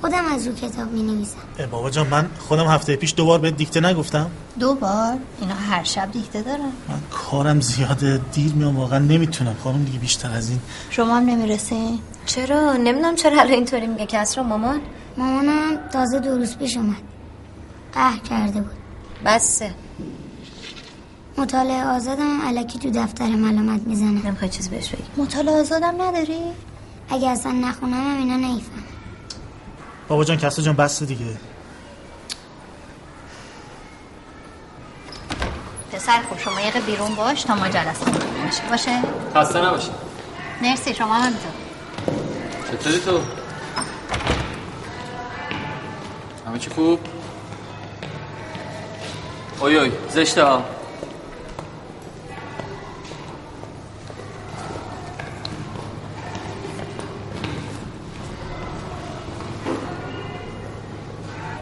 S14: خودم از او کتاب می نویسم
S7: اه، بابا جان من خودم هفته پیش دوبار بهت دیکته نگفتم
S4: دو بار اینا هر شب دیکته دارن
S7: من کارم زیاده دیر میام واقعا نمیتونم خانم دیگه بیشتر از این
S4: شما هم نمیرسین
S12: چرا نمیدونم چرا الان اینطوری میگه کسرا مامان
S14: مامانم تازه دو روز پیش اومد قهر کرده بود
S12: بسه
S14: مطالعه آزادم علکی تو دفتر ملامت میزنه
S12: نمیخوای چیزی بهش بگی
S14: مطالعه آزادم نداری؟ اگه اصلا نخونم اینا نیفهم
S7: بابا جان کسرا جان بس دیگه
S4: پسر خوب شما یه بیرون باش تا ما جلسه تموم بشه. باشه
S23: خسته نباشی
S4: مرسی شما همینطور
S23: چطوری تو؟ همه چی خوب؟ اوی اوی زشته ها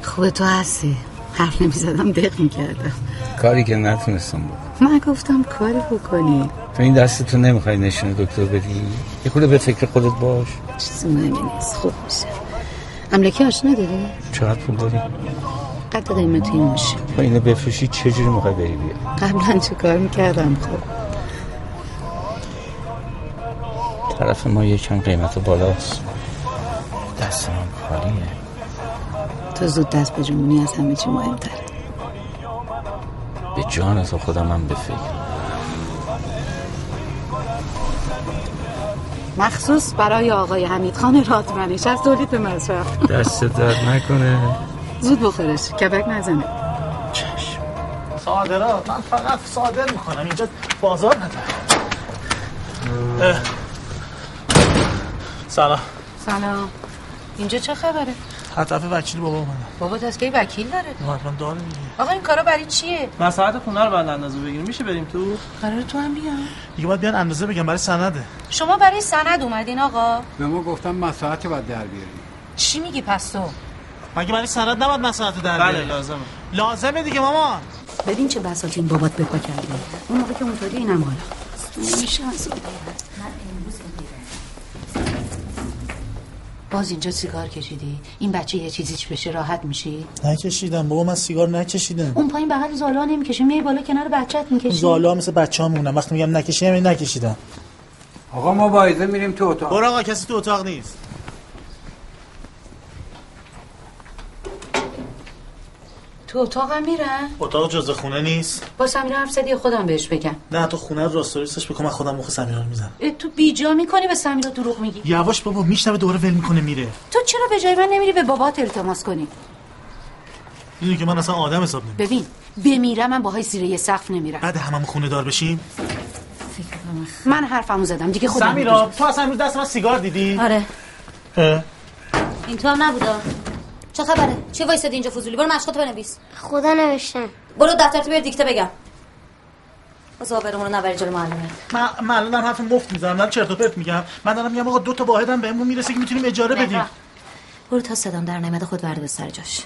S2: خوبه تو هستی حرف نمیزدم دق میکردم
S15: کاری که نتونستم بکنم
S2: من گفتم کاری بکنی
S15: تو این دستتو نمیخوای نشونه دکتر بدی یه خورده به فکر خودت باش
S2: چیزی مهمی نیست خوب میشه املاکی آشنا داری؟
S15: چقدر پول داری
S2: قد قیمت این میشه
S15: با اینو بفروشی چه جوری میخوای بری بیا
S2: قبلا چه کار میکردم خب
S15: طرف ما یکم قیمت بالاست دست من خالیه
S2: تو زود دست به جمعونی از همه چی مهمتر
S15: به جان تو خودم هم به فکر
S2: مخصوص برای آقای حمید خان رادمنش از تولید به مصرف
S15: دست درد نکنه
S2: زود بخورش کبک نزنه
S1: صادرات من فقط صادر میکنم اینجا بازار ندارم اه. سلام
S2: سلام
S8: اینجا چه خبره؟
S1: هر طرف وکیل بابا اومدم
S8: بابا دستگاه وکیل داره
S1: حتما داره دیگه
S8: آقا این کارا برای چیه؟
S1: من ساعت خونه رو بعد اندازه بگیریم میشه بریم تو
S8: قرار تو هم بیام
S1: دیگه باید بیان اندازه بگم برای سنده
S8: شما برای سند اومدین آقا
S24: به ما گفتم مساحت باید در بیاری
S8: چی میگی پس تو؟
S1: مگه برای سند نباید مساحت در
S8: بله،
S1: لازمه لازمه دیگه مامان
S2: ببین چه بساط این بابات بپا کرده اون موقع که اونطوری اینم حالا نمیشه از اون.
S8: باز اینجا سیگار کشیدی این بچه یه چیزیش بشه راحت میشی
S1: نکشیدم بابا من سیگار نکشیدم
S8: اون پایین بغل زالا نمیکشه میای بالا کنار بچت میکشی
S1: زالا مثل بچه ها مونم وقتی میگم نکشیدم یعنی نکشیدم
S17: آقا ما بایزه میریم تو اتاق
S1: برو آقا کسی تو اتاق نیست
S8: تو اتاقم میرن
S1: اتاق جز خونه نیست
S8: با سمیرا حرف زدی یا خودم بهش بگم
S1: نه تو خونه رو راست و ریستش بکن من خودم مخ سمیرا رو میزنم
S8: اه، تو بیجا میکنی به سمیرا دروغ میگی
S1: یواش بابا میشنوه دوباره ول میکنه میره
S8: تو چرا به جای من نمیری به بابات التماس کنی
S1: میدونی که من اصلا آدم حساب نمیکنم
S8: ببین بمیرم من باهای زیر یه سقف نمیرم
S1: بعد هممون خونه دار بشیم
S8: من حرفمو زدم دیگه خودم
S1: سمیرا تو اصلا امروز دست من سیگار دیدی
S8: آره
S1: اه.
S8: این تو هم نبودا
S14: چه خبره؟ چه وایسادی اینجا فضولی؟ برو مشقاتو بنویس. خدا نوشتم. برو دفترتو بیار دیکته بگم. زابرمون نبری جلو معلمه.
S1: من من الان دارم حرف مفت میزنم دارم چرت و پرت میگم من دارم میگم آقا دو تا واحدم بهمون میرسه که میتونیم اجاره بدیم
S14: برو تا صدام در نمیاد خود ورد به سر جاش.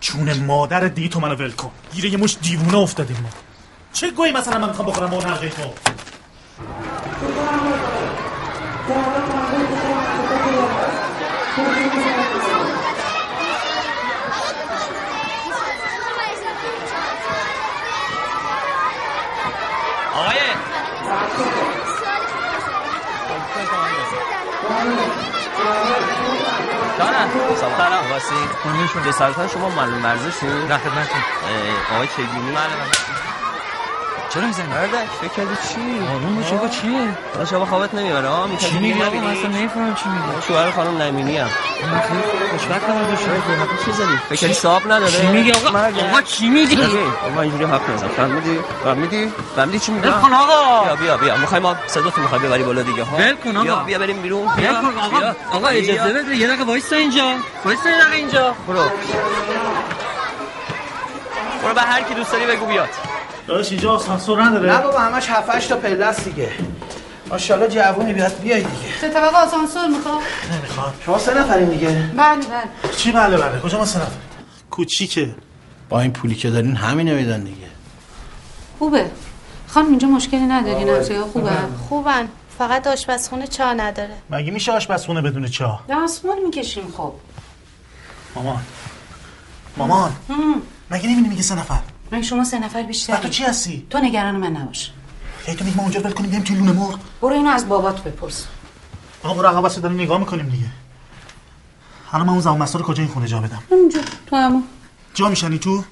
S1: چون مادر دی تو منو ول کن گیره یه مش دیوونه افتادیم ما چه گویی مثلا من میخوام بخورم اون حلقه تو
S18: آقای دارم سلام واسه جسارتا شما معلوم مرزه شد نه خدمتتون آقای چگینی معلوم چرا میزنی؟ اردک آره، فکر کردی چی؟
S25: آروم باش آقا چیه؟
S18: حالا شما خوابت نمیبره ها می‌خوای
S25: چی میگی
S18: بگی
S25: آقا من
S18: نبینی؟
S25: اصلا نمیفهمم چی میگی
S18: شوهر خانم نمیمی هم
S25: من خیلی خوشبخت نمارد
S18: شوهر
S25: باشم
S18: خانم چی زدی؟ فکر کردی صاحب نداره؟
S25: چی میگی آقا؟ آقا چی میگی؟
S18: ببین، آقا اینجوری حرف نزن فهمیدی؟ فهمیدی؟ فهمیدی چی میگم؟
S25: بکن
S18: بیا
S25: آقا
S18: بیا بیا میخوای ما صدا تو میخوای ببری بالا دیگه ها
S25: ول کن آقا.
S18: بیا بیا بریم بیرون
S25: بیا
S18: بیا
S25: کن آقا
S18: بیا.
S25: آقا اجازه
S18: بیا.
S25: بده یه دقیقه وایسا اینجا وایسا یه دقیقه اینجا
S18: برو برو به هر کی دوست داری بگو بیاد
S1: داداش اینجا آسانسور نداره
S8: نه بابا همش 7 8 تا پله است دیگه ماشاءالله جوونی بیاد بیای دیگه
S26: سه طبقه آسانسور میخوام
S1: نمیخوام
S8: شما سه نفرین دیگه
S26: بله بله
S1: چی بله بله کجا ما سه نفر کوچیکه
S18: با این پولی که دارین همین میدن دیگه
S2: خوبه خانم اینجا مشکلی نداری
S1: آره.
S2: نفسه خوبه
S27: خوبن فقط آشپزخونه چا نداره
S1: مگه میشه آشپزخونه بدون چا
S2: دستمال میکشیم خب
S1: مامان مامان
S2: هم.
S1: مگه نمیدونی میگه سه نفر
S2: من شما سه نفر بیشتر
S1: و تو چی هستی
S2: تو نگران من نباش
S1: یعنی تو میگی ما اونجا رو ول کنیم بریم توی لونه مرغ
S2: برو اینو از بابات بپرس
S1: آقا برو عقب واسه داریم نگاه میکنیم دیگه الان من اون زمان مسئول کجا این خونه جا بدم
S2: همونجا تو همون
S1: جا میشنی تو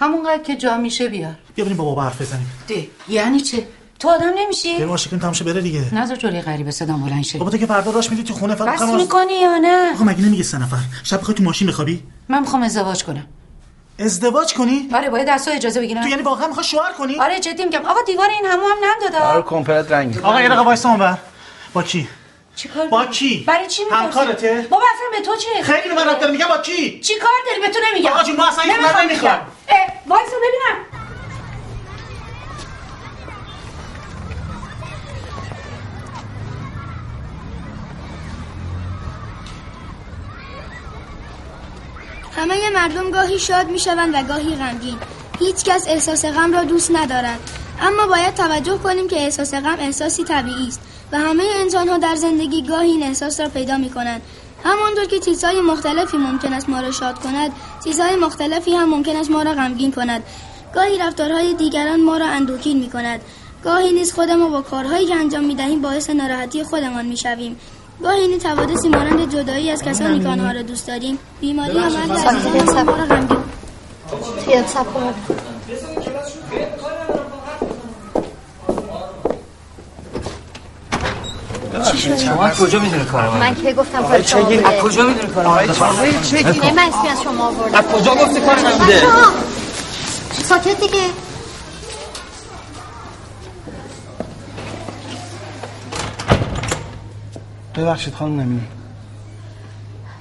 S2: همونقدر که جا میشه بیار
S1: بیا بریم با بابا حرف بزنیم
S2: دی یعنی چه تو آدم نمیشی
S1: بریم آشکیم تمشه بره دیگه
S2: نذار جلوی غریبه صدام بلند شه
S1: بابا تو که فردا راش میری تو خونه فقط
S2: بس
S1: می‌خوام از-
S2: میکنی یا نه
S1: آقا مگه نمیگه سه نفر شب بخوای تو ماشین بخوابی
S2: من میخوام ازدواج کنم
S1: ازدواج کنی
S2: آره باید از تو اجازه بگیرم
S1: تو یعنی واقعا میخوای شوهر کنی
S2: آره جدی میگم آقا دیوار این همون هم
S8: آره
S2: نندادا
S8: کمپلت رنگی
S1: آقا یه دقیقه وایسا اونور با کی
S2: چیکار
S1: با کی
S2: برای چی میپرسی
S1: همکارته؟
S2: بابا اصلا به تو چه
S1: خیلی به من رفتار میگم با کی
S2: چی کار داری به تو نمیگم
S1: آقا جون، ما اصلا این
S2: نمیخوام
S1: خبر نمیخوام.
S2: بگم. اه، وایسا ببینم
S9: همه مردم گاهی شاد میشوند و گاهی غمگین هیچ کس احساس غم را دوست ندارد اما باید توجه کنیم که احساس غم احساسی طبیعی است و همه انسان ها در زندگی گاهی این احساس را پیدا می کنند همانطور که چیزهای مختلفی ممکن است ما را شاد کند چیزهای مختلفی هم ممکن است ما را غمگین کند گاهی رفتارهای دیگران ما را اندوهگین می کند گاهی نیز خود ما با کارهایی که انجام می دهیم باعث ناراحتی خودمان می شویم گاهی نیز حوادثی مانند جدایی از کسانی که آنها را دوست داریم بیماری آمد
S4: ببخشید، من سبزی
S9: در ما را غمگین
S4: خیال سب کن
S25: شما از کجا میدونی کار من
S4: من که گفتم
S25: آقای
S4: کار شما
S25: چگی، از
S4: بوده
S25: کجا میدونی کار من آقای چگی.
S4: نه من اسمی از شما آوردم
S25: از کجا گفتی کار من بوده؟
S4: بچه ها، ساکت دیگه
S8: ببخشید خانم نمیدونم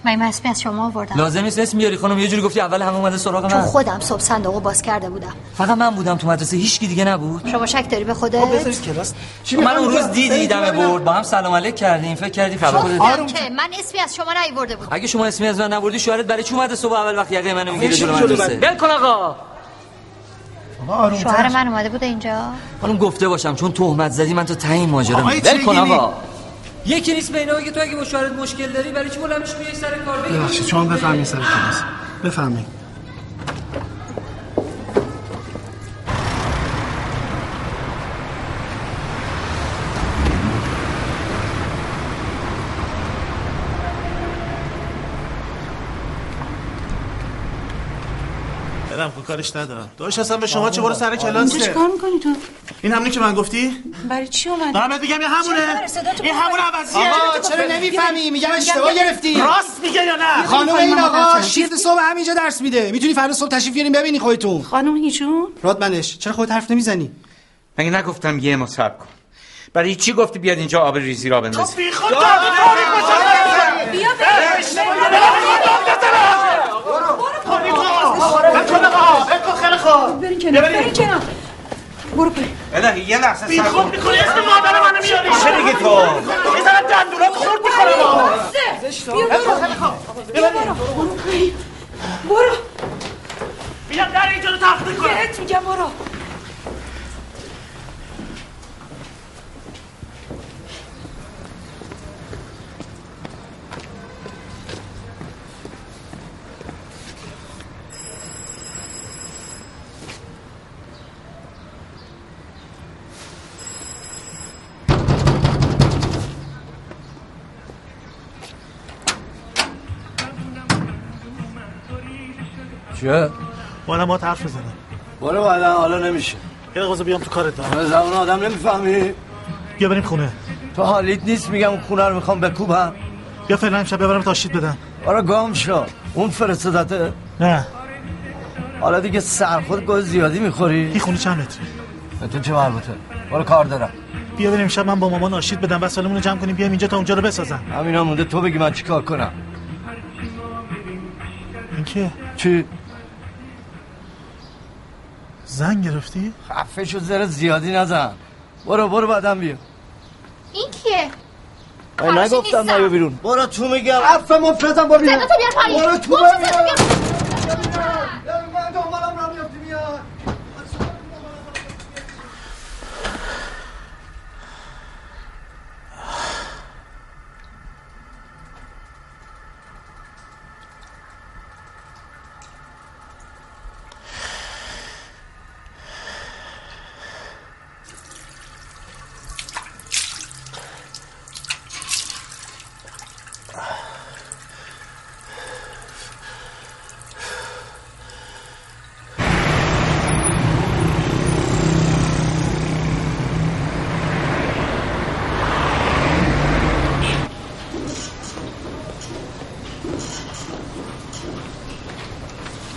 S4: من من اسمی از شما آوردم
S25: لازم نیست اسم بیاری خانم یه جوری گفتی اول همه اومده سراغ
S4: چون
S25: من
S4: خودم صبح صندوقو باز کرده بودم
S25: فقط من بودم تو مدرسه هیچکی دیگه نبود
S4: شما شک داری به خودت
S8: کلاس
S25: خب، من اون روز دیدی دم برد با هم سلام علیک کردیم فکر کردی
S4: چون
S8: خب،
S25: خبر
S4: دیدم که من اسمی از شما نیورده بودم
S25: اگه شما اسمی از من نبردی شوهرت برای چی اومده صبح اول وقت یقه منو میگیره جلو
S8: آخه چی جلو
S25: مدرسه
S8: من-
S25: ول کن آقا
S4: شوهر من اومده بود اینجا
S25: خانم گفته باشم چون تهمت زدی من تو تعیین ماجرا
S8: آقای
S25: می‌گم. ول کن
S8: چگینی.
S25: آقا یکی نیست بین که تو اگه با شوهرت مشکل داری برای چی بلند میشی میای سر کار بگی
S8: ببخشید شما بفهمین سر کلاس بفهمین
S1: برم کن کارش ندارم داداش اصلا به شما چه برو سر کلاس
S2: اینجا چیکار میکنی تو
S1: این همونی که من گفتی
S2: برای چی اومدی
S1: دارم بهت میگم یه همونه این همون عوضیه
S2: آقا،
S1: چرا
S2: نمی‌فهمی؟ میگم اشتباه گرفتی.
S1: راست میگه یا نه
S13: خانم این آقا شیفت صبح همینجا درس میده میتونی فردا صبح تشریف بیارین ببینی خودتون
S2: خانم هیچون
S13: رادمنش چرا خودت حرف نمیزنی
S28: مگه نگفتم یه ما صبر کن برای چی گفتی بیاد اینجا آب ریزی را بندازی
S1: بی خود دعوا تحریک بشه.
S2: بیا بریم کنار بریم کنار برو بریم
S28: الهی یه لحظه
S1: بی
S28: صبر
S1: خود
S28: کن
S1: میکنی اسم مادر منو میاری
S28: چه میگی تو؟
S1: یه ذره دندونات خورد میکنم آقا
S2: بیا برو. بیا برو. برو. برو
S29: پرتخت میکنم
S2: بهت میگم برو
S1: چیه؟ بالا ما حرف بزنه
S3: برو بعدا حالا نمیشه
S1: یه دقیقه بذار بیام تو کارت
S3: به
S1: دارم
S3: زبان آدم نمیفهمی
S1: بیا بریم خونه
S3: تو حالیت نیست میگم خونه رو میخوام بکوبم
S1: بیا فعلا امشب ببرم تاشید بدم
S3: آره گام شو اون فرستادته
S1: نه
S3: حالا دیگه سر خود گاز زیادی میخوری این
S1: خونه چند متری
S3: به تو چه مربوطه برو کار دارم
S1: بیا بریم شب من با مامان آشید بدم وسایلمون رو جمع کنیم بیایم اینجا تا اونجا رو بسازم
S3: همینا مونده تو بگی من چیکار کنم
S1: این کیه
S3: چی
S1: زنگ گرفتی
S3: خفه شو زر زیادی نزن برو برو بعدم بیا
S4: این کیه
S3: من
S4: خراشی
S3: نگفتم
S4: نیستم.
S3: نیا بیرون برو تو میگم حرف مفرزم برو بیرون
S4: صدا تو بیار پایین
S3: برو تو
S4: برو
S3: برو
S4: صدا تو بیار.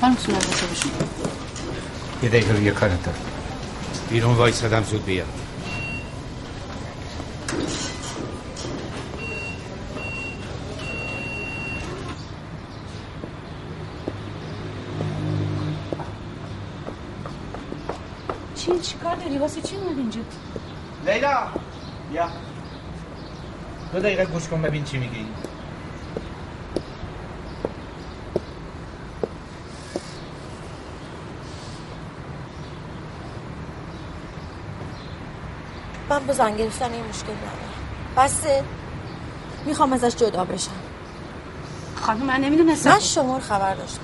S2: خانم صورت داشته بشون
S28: یه دقیقه روی کارت دارم بیرون وایسادم زود بیا
S2: چی چیکار داری واسه چی اومد اینجا
S28: لیلا بیا دو دقیقه گوش کن ببین چی میگی
S7: من با زن گرفتن این مشکل ندارم بسه میخوام ازش جدا بشم
S2: خانم من نمیدونستم
S7: من شمار خبر داشتم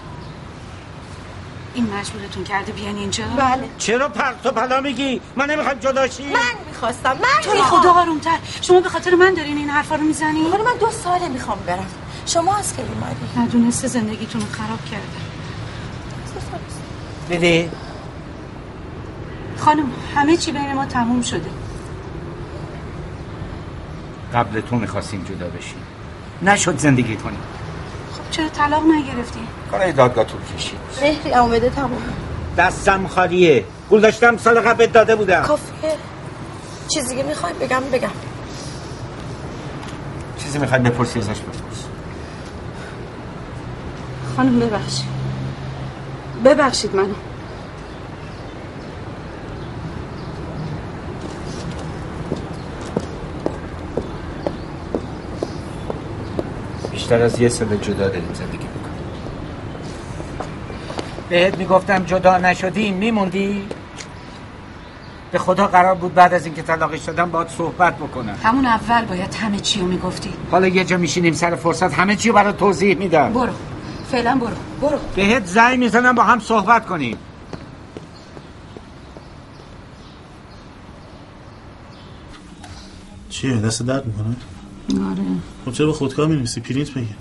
S2: این مجبورتون کرده بیان اینجا
S7: بله
S28: چرا پرت و پلا میگی من نمیخوام جداشی
S7: من میخواستم من
S2: تو رو
S7: میخوام.
S2: خدا آرومتر شما به خاطر من دارین این حرفا رو میزنی
S7: حالا من دو ساله میخوام برم شما از کی اومدی
S2: ندونسته زندگیتون رو خراب کرده
S28: دیدی
S2: خانم همه چی بین ما تموم شده
S28: قبل تو میخواستیم جدا بشیم نشد زندگی کنیم
S2: خب چرا طلاق نگرفتی
S28: کارای دادگاه طول کشید
S7: مهری اومده تمام
S28: دستم خالیه پول داشتم سال قبل بهت داده بودم
S14: خب،
S7: کافیه چیزی دیگه میخوای بگم بگم
S28: چیزی میخوای بپرسی ازش بپرس
S2: خانم ببخشید ببخشید منو
S28: بیشتر از یه سال جدا داریم زندگی میکنیم بهت میگفتم جدا نشدیم میموندی به خدا قرار بود بعد از اینکه طلاقش دادم باید صحبت بکنم
S2: همون اول باید همه چی رو میگفتی
S28: حالا یه جا میشینیم سر فرصت همه چی رو برات توضیح میدم
S2: برو فعلا برو برو
S28: بهت زنگ میزنم با هم صحبت کنیم
S1: چیه دست درد میکنه
S2: آره
S1: خب چرا به خودکار می‌نویسی پرینت بگیر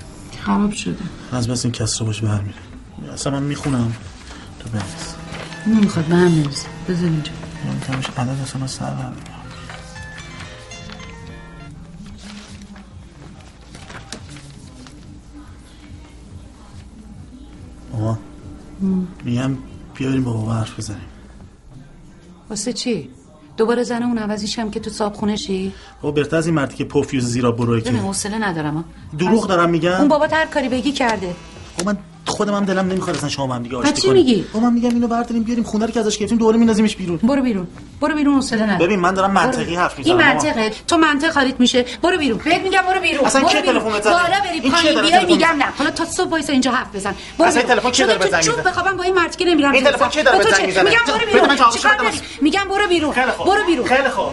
S2: خراب شده
S1: از بس این کسر باش برمیره اصلا من میخونم تو بنویس
S2: نمیخواد به هم برسه بذار اینجا
S1: من کمش عدد اصلا از سر برمی‌ره. ماما میگم بیا بریم با بابا حرف بزنیم
S30: واسه چی دوباره زن اون عوضیش هم که تو صاحب شی
S1: بابا برتر خب از این مردی که پفیوز زیرا بروی
S30: ببین
S1: که
S30: حوصله ندارم ها
S1: دروغ دارم
S30: اون
S1: میگم
S30: بابا هر کاری بگی کرده
S1: خب من
S7: خودم هم دلم نمیخواد اصلا شما با هم دیگه
S5: پس
S7: آشتی
S5: چی
S7: کنیم
S5: میگی؟
S7: با من میگم اینو برداریم بیاریم خونه رو که ازش گرفتیم دوباره میندازیمش بیرون
S5: برو بیرون برو بیرون حوصله ندارم
S7: ببین من دارم منطقی حرف میزنم
S5: این منطقه تو منطق خرید میشه برو بیرون بهت میگم برو بیرون
S7: اصلا
S5: برو
S7: کی
S5: بیرون.
S7: تلفن بزنه؟
S5: بالا بری
S7: این کی
S5: پایین
S7: داره
S5: بیای
S7: تلفن
S5: میگم
S7: بزنه؟
S5: نه حالا تا صبح وایس اینجا حرف بزن برو
S7: اصلا
S5: بیرون.
S7: تلفن کی
S5: شده
S7: داره
S5: تو
S7: بزنگ
S5: چوب
S7: میزنه؟
S5: بخوابم با این مرد که نمیرم
S7: این
S5: تو
S7: تلفن
S5: حساب.
S7: کی داره
S5: به تو
S7: بزنگ
S5: چه؟
S7: میزنه؟
S5: میگم برو بیرون
S7: بده من جوابش
S5: چیکار
S7: بدم.
S5: داری؟ میگم برو بیرون برو بیرون
S7: خیلی خوب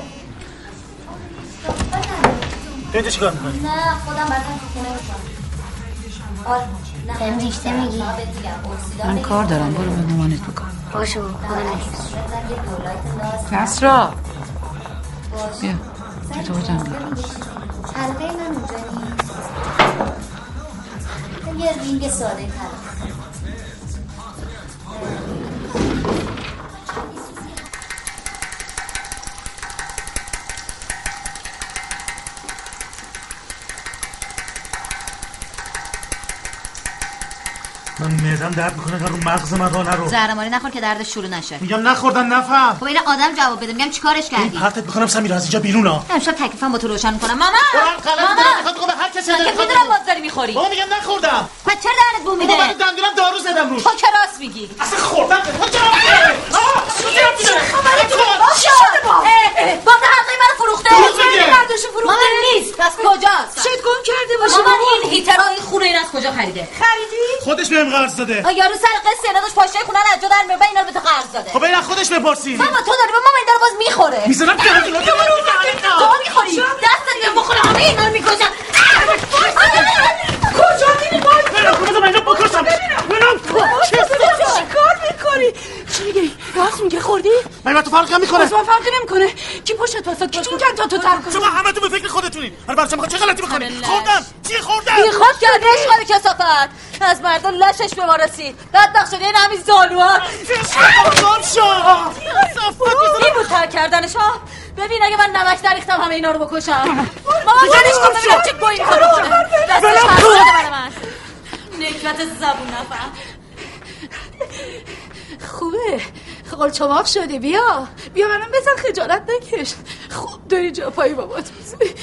S7: تو اینجا چیکار میکنی
S31: نه خودم بعدا خونه میکنم آره نه
S12: بهم ریخته میگی؟
S5: من کار دارم برو به مامانت بکن
S12: باشه بابا، خدا نگهدار.
S5: کسرا بیا تو بودم بیا
S31: حلقه من اونجا نیست یه رینگ ساده تر
S1: من معدم درد میکنه رو مغز من را نرو
S12: زهرماری نخور که درد شروع نشه
S1: میگم نخوردن نفهم
S12: خب این آدم جواب بده میگم چیکارش کردی
S1: پرتت میکنم سمیرا از اینجا بیرون ها
S12: امشب تکلیفم با تو روشن میکنم ماما
S7: برم غلط می‌کنم، می‌خوام بگم به خب هر کسی
S12: من که
S7: دلت بخواد.
S12: میدونم باز داری میخوری
S7: بابا میگم نخوردم
S12: پس چرا دهنت بو میده
S7: بابا من دندونم دارو زدم روش
S12: تو که راست میگی
S7: اصلا خوردم به تو چرا آه، تو چرا
S12: چی
S7: می‌دونی؟
S12: خبره خب تو؟
S7: آه،
S12: باز
S7: خب، چی
S12: شد؟
S7: شده با؟
S12: اه، اه، باز حلقه منو فروخته
S7: باز بگه.
S12: من برداشت فروخته مامان نیست پس کجاست
S5: شاید گم کرده
S12: باشه مامان این هیتر این خونه این از کجا خریده خریدی
S7: خودش بهم قرض داده
S12: آ، یارو سر قصه داداش پاشه خونه رو از جا در میاره، اینا رو به تو قرض داده
S7: خب اینا خودش بپرسی
S12: بابا تو داری به مامان این داره باز میخوره
S7: میزنم که هر جلو
S12: دوباره اون وقتی تو میخوری دست داری به بخوره همه اینا رو میکشم کجا میری باز
S7: برم خونه من اینو بکشم برم
S32: چیکار میکنی چی میگی راست میگه خوردی
S7: من با تو فرقی هم می‌کنه.
S32: باز من فرقی نمیکنه کی پشت واسه کی جون کرد تا تو تر
S7: شما همه تو به فکر خودتونین من برای شما چه غلطی میکنی خوردم چی خوردم
S12: بیخود کردی اشغال کسافت از مردم لشش به ما رسید بدبخ شده این همین زانوها
S7: گم شو
S12: این بود ترک کردنش ها ببین اگه من نمک نریختم همه اینا رو بکشم ماما
S32: برو،
S12: جانش کن ببینم
S32: برو،
S12: چه گویی
S32: برو،
S12: میخواد
S32: برو، برو.
S12: بکنه دستش
S32: بلم
S12: فرق
S32: کن.
S12: داره برای من نکبت زبون نفهم
S32: خوبه خال چماف شدی بیا بیا منم بزن خجالت نکش خوب داری جا پای بابات میزنی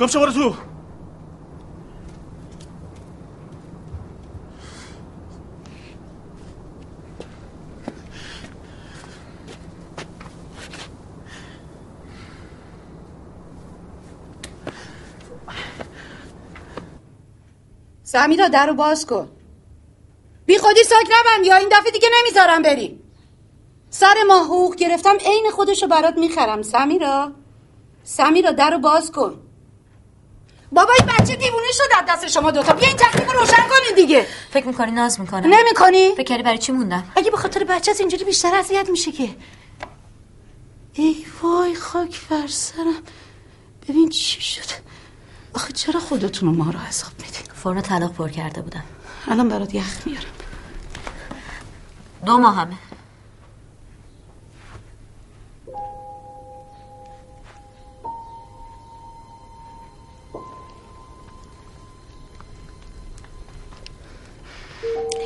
S7: گم شو برو تو
S2: سمیرا در رو باز کن بی خودی ساک نبند یا این دفعه دیگه نمیذارم بری سر ما حقوق گرفتم عین خودشو برات میخرم سمیرا سمیرا در رو باز کن بابا این بچه دیوونه شد از دست شما دوتا بیا این تکلیف رو روشن کنین دیگه
S12: فکر میکنی ناز میکنه
S2: نمیکنی فکر
S12: کردی برای چی موندم
S2: اگه به خاطر بچه از اینجوری بیشتر اذیت میشه که ای وای خاک بر سرم ببین چی شد آخه چرا خودتون ما رو عذاب میدین
S12: فرن طلاق پر کرده بودم
S2: الان برات یخ میارم
S12: دو ماه همه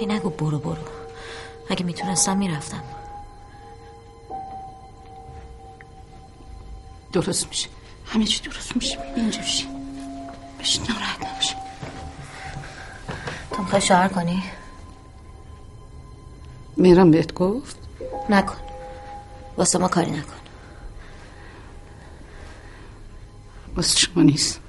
S12: هی نگو برو برو اگه میتونستم میرفتم
S2: درست میشه همه چی درست میشه اینجوشی بشین ناراحت نباش
S12: تو میخوای شوهر کنی
S5: میرم بهت گفت
S12: نکن واسه ما کاری نکن
S5: واسه شما نیست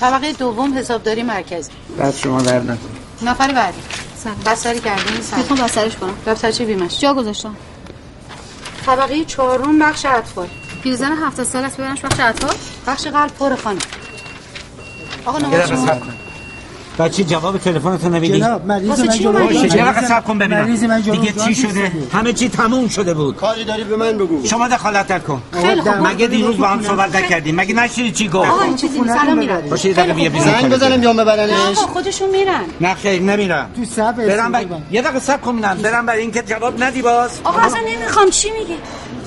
S2: طبقه دوم حسابداری مرکزی
S7: دست شما در نکن
S2: نفر بعدی بستری کردین سلام میخوام بسترش کنم دفترچه بیمش جا گذاشتم طبقه چهارم بخش اطفال پیرزن هفت سال است ببرنش بخش اطفال بخش قلب پر خانم آقا
S28: یه
S2: نماز
S28: دقیقه
S2: شما
S28: صبر کن. بچه جواب تلفنتو نمیدی
S33: جناب، مریض
S28: واسه
S33: من
S28: چی
S33: جلو
S28: اومدی؟
S33: جان.
S28: یه دقیقه صبر کن ببینم
S33: مریض من جلو
S28: دیگه
S33: جان
S28: چی شده
S33: نیست.
S28: همه چی تموم شده بود
S7: کاری داری به من بگو
S28: شما دخالت نکن
S33: خیلی خوب.
S28: مگه دیروز با هم
S7: خونه.
S28: صحبت نکردیم مگه نشنیدی چی گفت
S2: آقا این چیزی نیست. الان میرم
S28: باشه یه دقیقه بیا بیرون
S7: زنگ
S28: کنیم.
S7: بزنم یا
S2: نه
S7: ببرنش
S2: آقا
S3: خب،
S2: خودشون میرن
S28: نه خیر نمیرم تو
S33: صبر
S28: برم بر... یه دقیقه صبر کن ببینم برم برای اینکه جواب ندی باز
S2: آقا اصلا نمیخوام چی میگی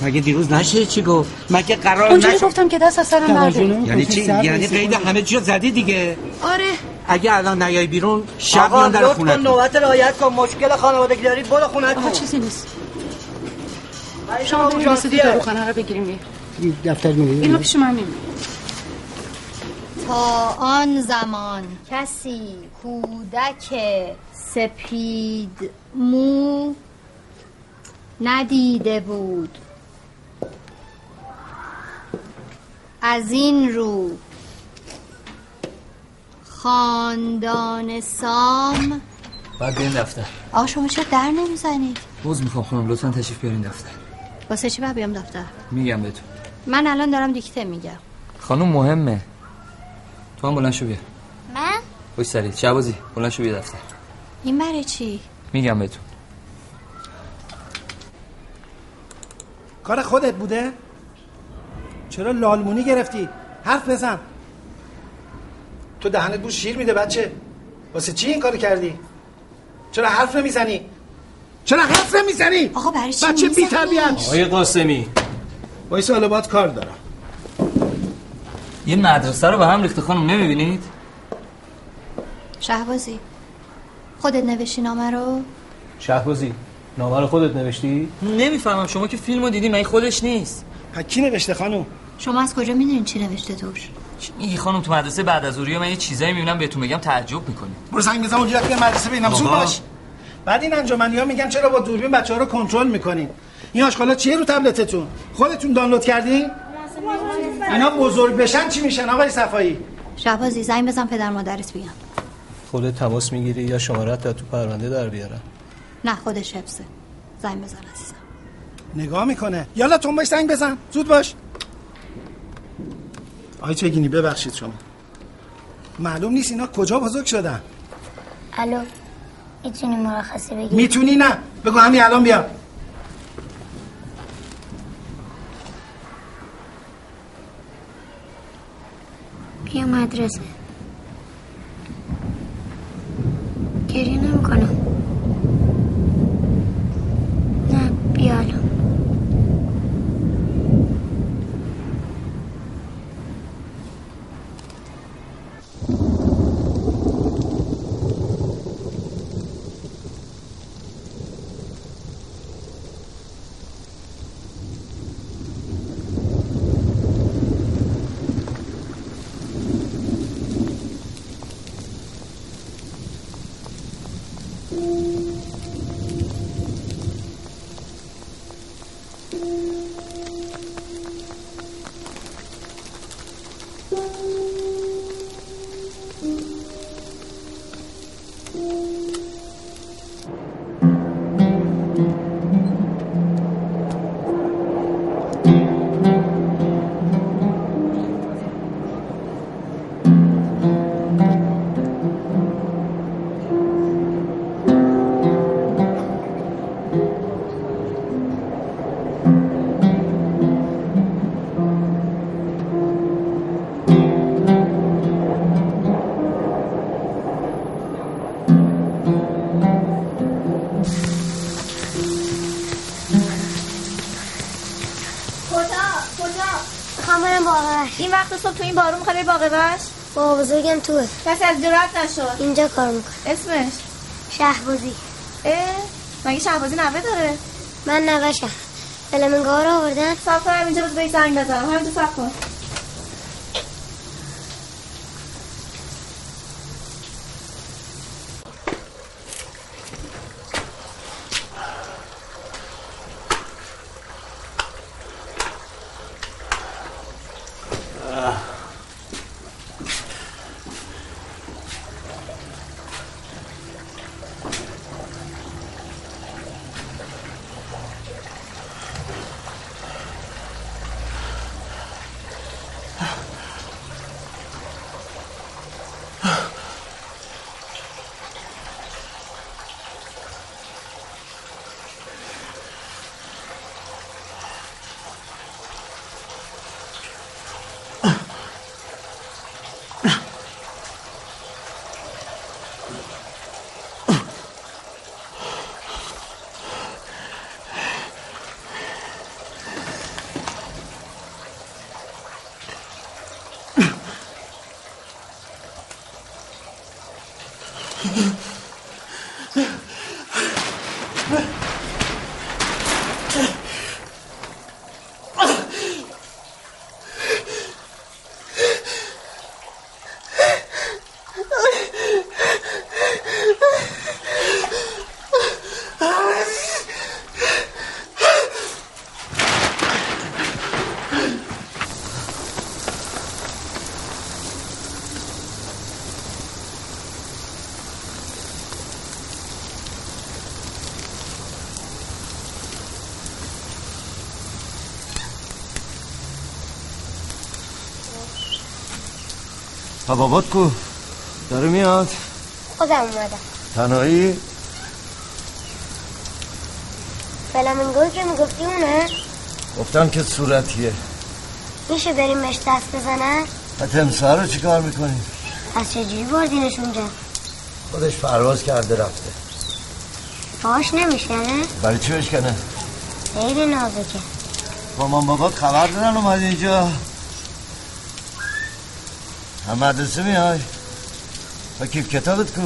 S28: مگه دیروز نشنیدی چی گفت مگه قرار
S2: اونجوری
S28: نشد
S2: گفتم که دست از سرم برداری
S28: یعنی چی یعنی قید همه چی رو زدی دیگه
S2: آره
S28: اگه الان نیای بیرون شب
S7: آقا
S28: میان در
S7: لطف کن
S28: خونه
S7: نوبت رعایت کن مشکل خانوادگی دارید برو خونه
S2: آقا چیزی نیست شما بریم رسیدی داروخانه رو بگیریم بیا.
S33: دفتر
S2: اینو
S33: میگیریم
S2: پیش من میبینی
S4: تا آن زمان کسی کودک سپید مو ندیده بود از این رو خاندان سام
S25: باید بریم دفتر
S4: آقا شما چرا در نمیزنید
S25: بوز میخوام خونم لطفا تشریف بیارین دفتر
S4: واسه چی باید بیام دفتر
S25: میگم بهتون
S4: من الان دارم دیکته میگم
S25: خانم مهمه تو هم بلند شو بیا
S4: من
S25: باش سریع شبازی بلند شو بیا دفتر
S4: این برای چی
S25: میگم بهتون
S8: کار خودت بوده؟ چرا لالمونی گرفتی؟ حرف بزن تو دهنت بو شیر میده بچه واسه چی این کارو کردی؟ چرا حرف نمیزنی؟ چرا حرف نمیزنی؟ آقا برای
S4: چی
S8: بچه
S4: می‌زنی؟
S8: بی تربیت
S25: آقای قاسمی
S8: وایس الابات کار دارم
S25: یه مدرسه رو به هم ریخته خانم نمیبینید
S4: شهبازی خودت نوشتی نامه رو
S25: شهبازی نامه رو خودت نوشتی نمیفهمم شما که فیلمو دیدی من خودش نیست
S8: کی نوشته خانم
S4: شما از کجا میدونین چی نوشته توش
S25: این خانم تو مدرسه بعد از ظهری من یه چیزایی میبینم بهتون میگم تعجب میکنی
S8: برو زنگ بزن اونجا که مدرسه به اینم
S25: بابا.
S8: باش بعد این انجمنی ها میگن چرا با دوربین بچه ها رو کنترل میکنین این آشغالا چیه رو تبلتتون خودتون دانلود کردین اینا بزرگ بشن چی میشن آقای صفایی
S4: شهبازی زنگ بزن پدر مادرت بگم
S15: خودت تماس میگیری یا شماره تا تو پرونده در بیارن
S4: نه خودش حفظه زنگ بزن عزیزم
S8: نگاه میکنه یالا تنباش زنگ بزن زود باش آی چگینی ببخشید شما معلوم نیست اینا کجا بزرگ شدن
S6: الو میتونی مرخصی بگیری
S8: میتونی نه بگو همین الان بیا
S6: بیا مدرسه گریه نمیکنم نه بیا الان کجا کجا خانم باقیبش این وقت صبح تو این بارون میخوای بری باقیبش بابا بزرگم توه پس از دورت نشد اینجا کار میکنه اسمش شهبازی اه مگه شهبازی نوه داره من نوشم بلمنگاه رو آوردن صاف کنم اینجا بزر زنگ بزنم همینجا صاف کن
S3: و بابات کو داره میاد
S5: خودم اومدم
S3: تنهایی
S5: فلامینگوی که میگفتی اونه
S3: گفتن که صورتیه
S5: میشه بریم بهش دست بزنن
S3: و تمسه رو چیکار میکنی؟
S5: پس چجوری بردینش اونجا
S3: خودش پرواز کرده رفته
S5: پاهاش
S6: یعنی
S5: نمیشکنه
S3: برای چی بشکنه؟
S5: خیلی نازکه
S3: مامان بابات خبر دادن اومد اینجا هم مدرسه میای و کیف کتابت کو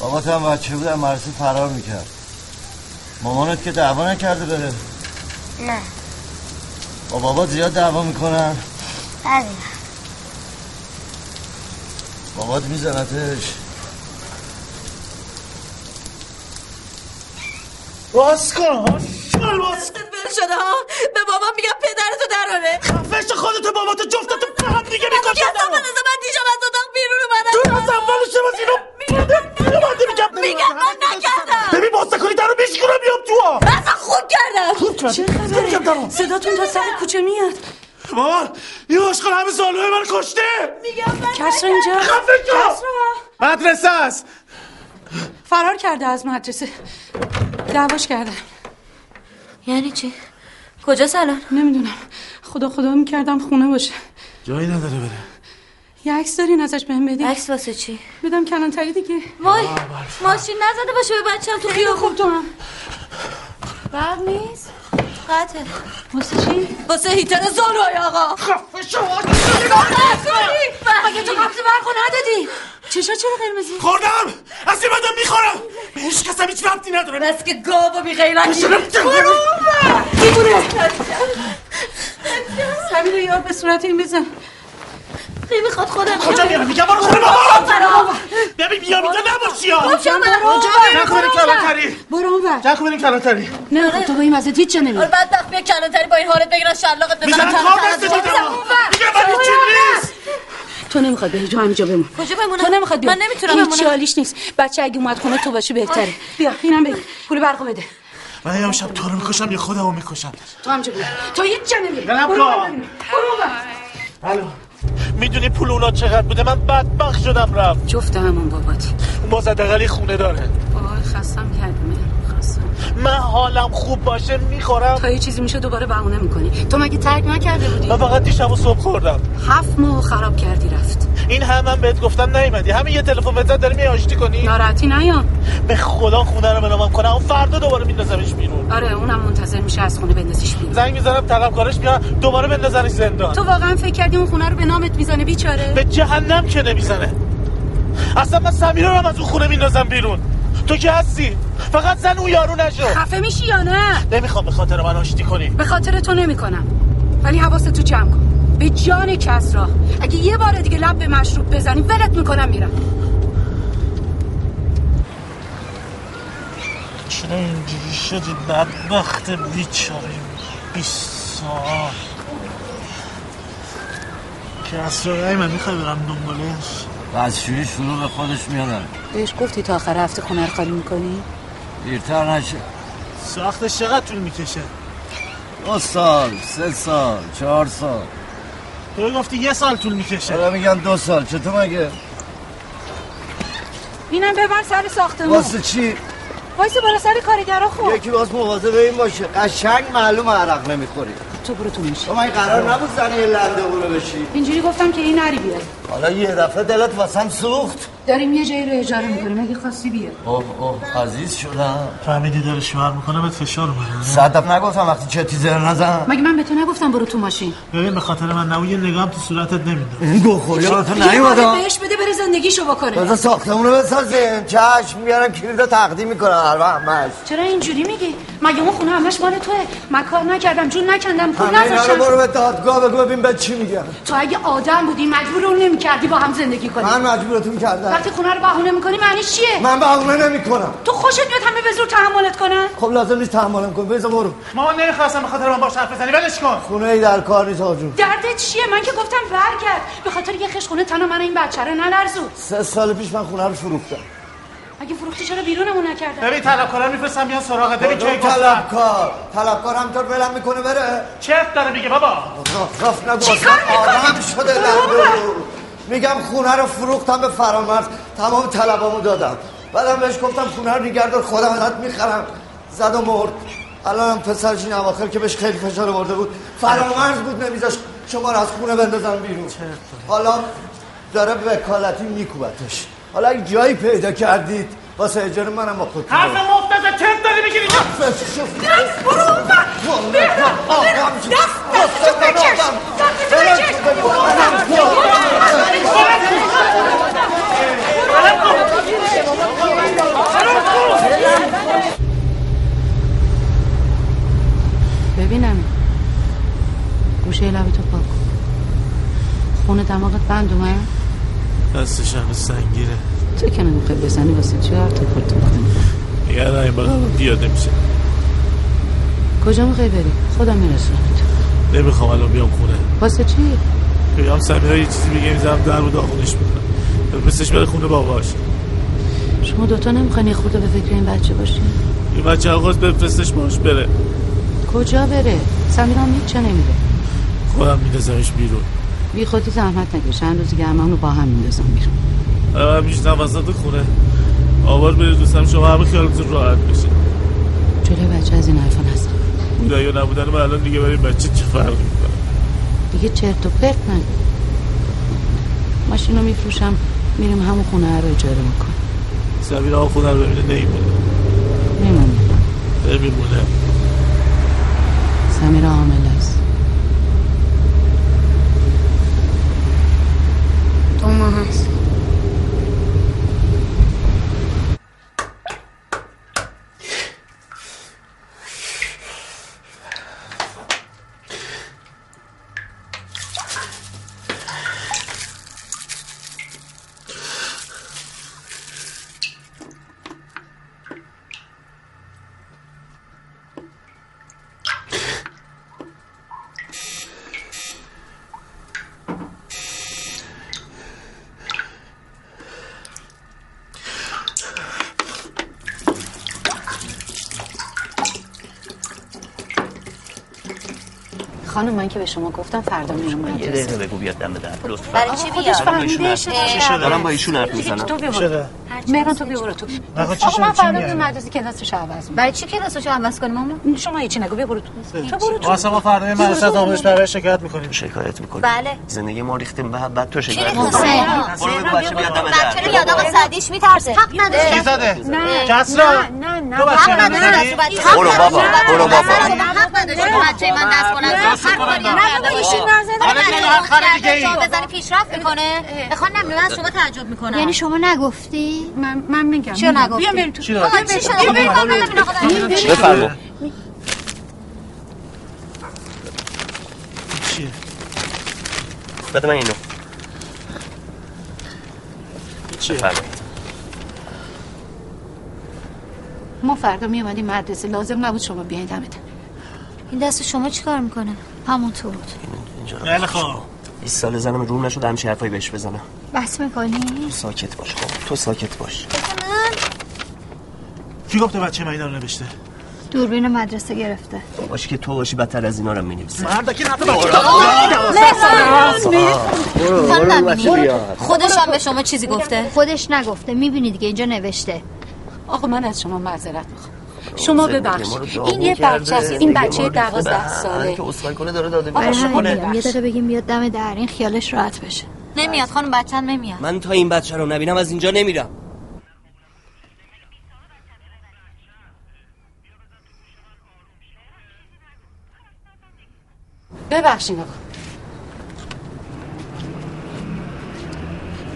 S3: بابات هم بچه بود هم مدرسه فرار میکرد مامانت که دعوا نکرده بره
S5: نه
S3: با بابات زیاد دعوا میکنن
S5: بعضی
S3: بابات میزنتش
S1: باز کن
S7: بل شده ها به بابام میگم پدرتو دراره
S1: خفش خودتو باباتو جفتتو به هم دیگه میکشن
S7: از من از من دیشب از اتاق بیرون اومدم
S1: تو از اول شب از اینو میگم میگم
S7: میگم من نکردم
S1: ببین باز نکنی درو میشکنم میام تو
S7: اصلا خوب کردم
S1: خوب کردم.
S7: چه
S1: خوب کردم درو.
S7: خبره صداتون تا سر کوچه میاد
S1: مامان یه آشقال همه سالوه من کشته
S7: میگم من کسرا اینجا
S1: خفه شو.
S7: کسرا
S1: مدرسه است
S2: فرار کرده از مدرسه دعواش کردم
S7: یعنی چی کجا الان
S2: نمیدونم خدا خدا میکردم خونه باشه
S1: جایی نداره بره
S2: یه عکس دارین ازش بهم بدین
S7: عکس واسه چی
S2: بدم کلانتری دیگه
S7: وای ماشین نزده باشه به بچه‌م تو
S2: خیلی خوب تو هم
S7: بعد نیست قطعه
S2: واسه چی
S7: واسه هیتر زانوی آقا خفه شو مگه تو قبض برقو ندادی
S2: چشا چرا قرمزی
S1: خوردم از این بعدم میخورم به هیچ کس هم هیچ ربطی نداره
S7: بس که گاو و بیغیرتی
S1: بشنم
S7: برو
S2: دیوونه سمیر رو یاد به صورت این بزن
S7: میخواد خودم خب،
S1: کجا میرم میگم برو خونه بابا ببین میام اینجا نباشی ها
S2: خب
S7: کجا برم؟
S1: کجا بریم
S7: خب، برو
S1: بریم
S7: برو
S1: کلانتری
S2: برو اونور
S1: جکو بریم کلانتری
S2: نه خب تو با این مزد هیچ جا
S7: آره
S2: نمیری
S7: بعد وقت بیا کلانتری با این حالت بگیرن شلاقت بزنن
S1: میزنن
S7: کلانتر
S1: کار
S7: از
S1: دست
S7: اون.
S1: بده.
S7: بزن اون ور.
S1: دیگه من هیچی نیست
S2: تو نمیخواد بری جو همینجا بمون
S7: کجا بمونم
S2: تو نمیخواد بیا
S7: من نمیتونم
S2: هیچ
S7: بمونم
S2: حالیش نیست بچه اگه اومد خونه تو باشه بهتره بیا اینم بگیر پول برقو بده
S1: من یه شب تو رو میکشم یا خودمو میکشم
S2: تو همینجا بمون تو هیچ جا نمیری
S1: برم
S2: برو
S1: کار.
S2: اونور بمون. برو اونور.
S1: الو میدونی پول اونا چقدر بوده من بدبخت شدم رفت
S2: جفت همون بابات
S1: اون باز حداقل یه خونه داره
S2: آی خستم کردی خستم
S1: من حالم خوب باشه میخورم
S2: تا یه چیزی میشه دوباره بهونه میکنی تو مگه ترک نکرده بودی
S1: من فقط دیشب و صبح خوردم
S2: هفت ماه خراب کردی رفت
S1: این هم من بهت گفتم نیومدی همین یه تلفن بزن داری میای آشتی کنی
S2: ناراحتی نیا
S1: به خدا خونه رو بنامم کنم اون فردا دوباره میندازمش بیرون
S2: آره اونم منتظر میشه از خونه بندازیش بیرون
S1: زنگ میزنم طلبکارش میاد دوباره بندازنش زندان
S2: تو واقعا فکر کردی اون خونه رو به نامت میزنه بیچاره
S1: به جهنم که نمیزنه اصلا من سمیرا رو هم از اون خونه میندازم بیرون تو که هستی فقط زن اون یارو نشو
S2: خفه میشی یا نه
S1: نمیخوام به خاطر من آشتی کنی
S2: به خاطر تو نمیکنم ولی حواست تو جمع کن به جان کس را اگه یه بار دیگه لب به مشروب بزنی ولت میکنم میرم
S1: چرا اینجوری شدی بدبخت بیچاره بیست سال که اسرائیل من میخوای برم دنبالش
S3: و از شوری شروع به خودش میادن
S2: بهش گفتی تا آخر هفته خونه رو خالی میکنی
S3: دیرتر نشه
S1: ساختش چقدر طول میکشه
S3: دو سال سه سال چهار سال
S1: تو گفتی یه سال طول میکشه
S3: حالا میگن دو سال چطور مگه
S2: اینم ببر سر ساختمون
S3: واسه چی
S2: وایسه بالا سر کارگرا خب
S3: یکی باز مواظب این باشه قشنگ معلوم عرق نمیخوری
S2: تو برو تو میشه
S3: تو من قرار نبود زنی لنده بونو بشی
S2: اینجوری گفتم که این نری بیاد
S3: حالا یه دفعه دلت واسم سوخت
S2: داریم یه جایی رو اجاره میکنیم اگه خواستی بیا
S3: اوه اوه عزیز شدم
S1: فهمیدی داره شوهر میکنه بهت فشار اومده
S3: صد دفعه نگفتم وقتی چتی زر نزن
S2: مگه من به تو نگفتم برو تو ماشین
S1: ببین به خاطر من نبود یه نگام تو صورتت نمیدم
S3: این گوخوری ها تو نیومدم
S2: بهش بده بره زندگیشو بکنه
S3: بذار ساختمونو بسازیم چشم میارم کلیدو تقدیم میکنم هر وقت همش
S2: چرا اینجوری میگی مگه اون خونه همش مال توه من کار نکردم جون نکندم پول
S3: همه اینا رو
S2: نذاشتم
S3: برو به دادگاه بگو ببین به چی میگم
S2: تو اگه آدم بودی مجبور اون نمیکردی با هم زندگی کنی
S3: من مجبورتون کردم
S2: وقتی خونه رو بهونه میکنی معنی چیه
S3: من بهونه نمیکنم
S2: تو خوشت میاد همه به زور تحملت کنن
S3: خب لازم نیست تحملم کن بذار برو
S1: مامان نمیخواستم به خاطر من باش حرف بزنی ولش کن
S3: خونه ای در کار نیست آجون
S2: دردت چیه من که گفتم برگرد به خاطر یه خشخونه تنها من این بچه رو نلرزون
S3: سه سال پیش من خونه رو فروختم
S2: اگه فروختی چرا بیرونمون نکردن
S1: ببین طلبکارا میفرستم بیان سراغ ببین
S3: کدوم
S1: کی
S3: طلبکار طلبکار همطور ولم میکنه بره
S1: چفت داره میگه بابا
S3: راف راف نگو
S1: چی کار
S3: اصلا
S1: می‌کنی؟
S3: آدم شده در رو. میگم خونه رو فروختم به فرامرز تمام طلبامو دادم بعدم بهش گفتم خونه رو نگردار خودم ازت میخرم زد و مرد الان هم پسرش این اواخر که بهش خیلی فشار آورده بود فرامرز بود نمیذاش شما رو از خونه بندازم بیرون حالا داره وکالتی میکوبتش حالا اگه جایی پیدا کردید واسه اجاره منم با خودتون
S1: حرف مفت نزن چفت داری میگیری
S3: دست
S1: برو اون ور. بهرام، بهرام، دست دستشو بکش دستشو بکش
S7: ببینم گوشه لبتو پاک کن خونه دماغت بند اومد
S1: دستش همه سنگیره
S7: تو که نمیخوای بزنی واسه چی هر تو خودت
S1: دیگه الان این بقیه بیاد نمیشه
S7: کجا میخوای بری خودم میرسونمت
S1: نمیخوام الان بیام خونه
S7: واسه چی
S1: بیام سمیرا یه چیزی میگه میزنم در رو داخلش میکنم بفرستش بره خونه باباش
S7: شما دوتا نمیخواین یه خورده به فکر این بچه باشین
S1: این بچه آقاز بفرستش باش بره
S7: کجا بره سمیرام هیچ چه نمیره
S1: خودم میندازمش بیرون
S7: بی خودی زحمت نکش چند روز دیگه هممون رو با هم میندازم بیرون
S1: الان هم میشتم وسط خونه آوار بره دوستم شما همه خیالتون راحت بشه
S7: جلوی بچه از این حرفا نزن
S1: بوده یا نبودن من الان دیگه برای این بچه چه فرقی میکنه
S7: دیگه چرت و پرت نگو ماشین رو میفروشم میریم همون خونه رو اجاره میکنم
S1: سمیرا آقا خونه رو ببینه نمیمونه
S7: میمونی
S1: نمیمونه
S7: سمیرا حامل است
S5: دو ماه هست
S7: خانم من که به شما گفتم فردا میرم
S18: یه
S7: مدرسه
S18: دقیقه بگو بیاد دم در لطفا
S7: برای چی
S18: آقا،
S7: بیاد؟
S18: دارم با ایشون حرف می‌زنم. دارم
S7: فهمیده شده.
S18: با
S7: چی
S18: ایشون حرف میزنم
S7: تو بیا برو
S18: شده.
S7: مهران تو بیا برو تو
S18: آقا، چی
S7: آقا من
S18: شد؟ چی
S7: فردا
S18: میاری؟
S7: میرم مدرسه کلاسش عوض می‌کنم. برای چی کلاسشو عوض کنی مامان شما هیچی نگو بیا برو تو تو برو تو
S1: واسه ما فردا مدرسه از آموزش پرورش شکایت میکنیم
S18: شکایت میکنیم
S12: بله.
S18: زندگی ما ریختیم به هم، بعد تو شکایت
S12: حسین.
S18: برو بگو بچه بیاد دم در
S12: بچه رو یاد آقا سعدیش میترسه حق نداره
S18: کی زده؟
S12: نه
S18: کسرا؟
S12: نه نه
S18: تو بچه
S12: حق
S18: من
S12: نداره
S18: زدی؟
S12: دست بچه.
S18: برو
S12: حق
S18: بابا،
S12: نداره.
S18: برو بابا.
S12: نه، نه، نه، حق نداره که بچه من دست کنه
S18: دست
S12: هر کاری هم
S18: نکنه.
S12: کرده
S18: نکنه،
S12: باشه.
S18: نزنه.
S12: آره،
S18: نکنه،
S12: نه،
S18: هر کار
S12: نه،
S18: دیگه ای.
S12: نه، بزنه پیشرفت میکنه بخوام نمیدونم من از شما تعجب میکنم
S4: یعنی شما نگفتی؟
S2: من, من میگم
S12: چرا
S4: میگم.
S12: نگفتی
S4: بیا بریم
S2: تو.
S12: تو
S2: چی
S4: داری؟
S12: آقا چی شده
S4: بیا بریم.
S12: آقا، من نمی‌دونم، آقا،
S4: بیا بریم.
S12: چی شده؟
S18: بفرما.
S1: چیه؟
S18: بده من اینو
S1: چیه؟
S18: بفرمایید.
S2: ما فردا میومدیم مدرسه لازم نبود شما بیاین دمت
S4: این دست شما چیکار میکنه؟ همونطور بود
S18: اینجا رو
S1: بله خب
S18: بیست سال زنم روم نشد همچه حرفایی بهش بزنم
S4: بس میکنی؟
S18: ساکت باش خب تو ساکت باش
S1: کی گفته بچه من اینا رو نوشته
S4: دوربین مدرسه گرفته
S18: باش که تو باشی بدتر از اینا رو می‌نویسی
S1: مردا که نفر
S18: برو.
S1: بچه
S18: برو، برو،
S4: خانم
S18: بچه
S4: نبینی؟
S18: بیاد.
S12: خودش هم به شما چیزی
S4: گفته خودش نگفته میبینی دیگه اینجا نوشته
S2: آقا من از شما معذرت میخوام شما ببخشید این یه بچه است این بچه دوازده ساله
S18: بله، که اسخای کنه داره داده
S4: آقا
S18: بیشه
S4: همین میگم.
S18: کنه
S4: یه دقیقه بگیم بیاد دم در این خیالش راحت بشه
S12: نمیاد خانم بچم نمیاد
S5: من تا این بچه رو نبینم از اینجا نمیرم
S2: ببخشید آقا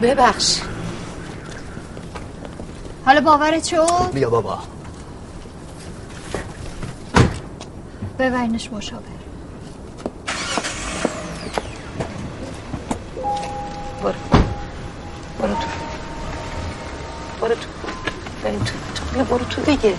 S2: ببخش
S4: حالا باورت شد
S5: بیا بابا
S4: ببرینش مشابه
S2: برو برو تو برو تو بریم تو تو بیا برو تو دیگه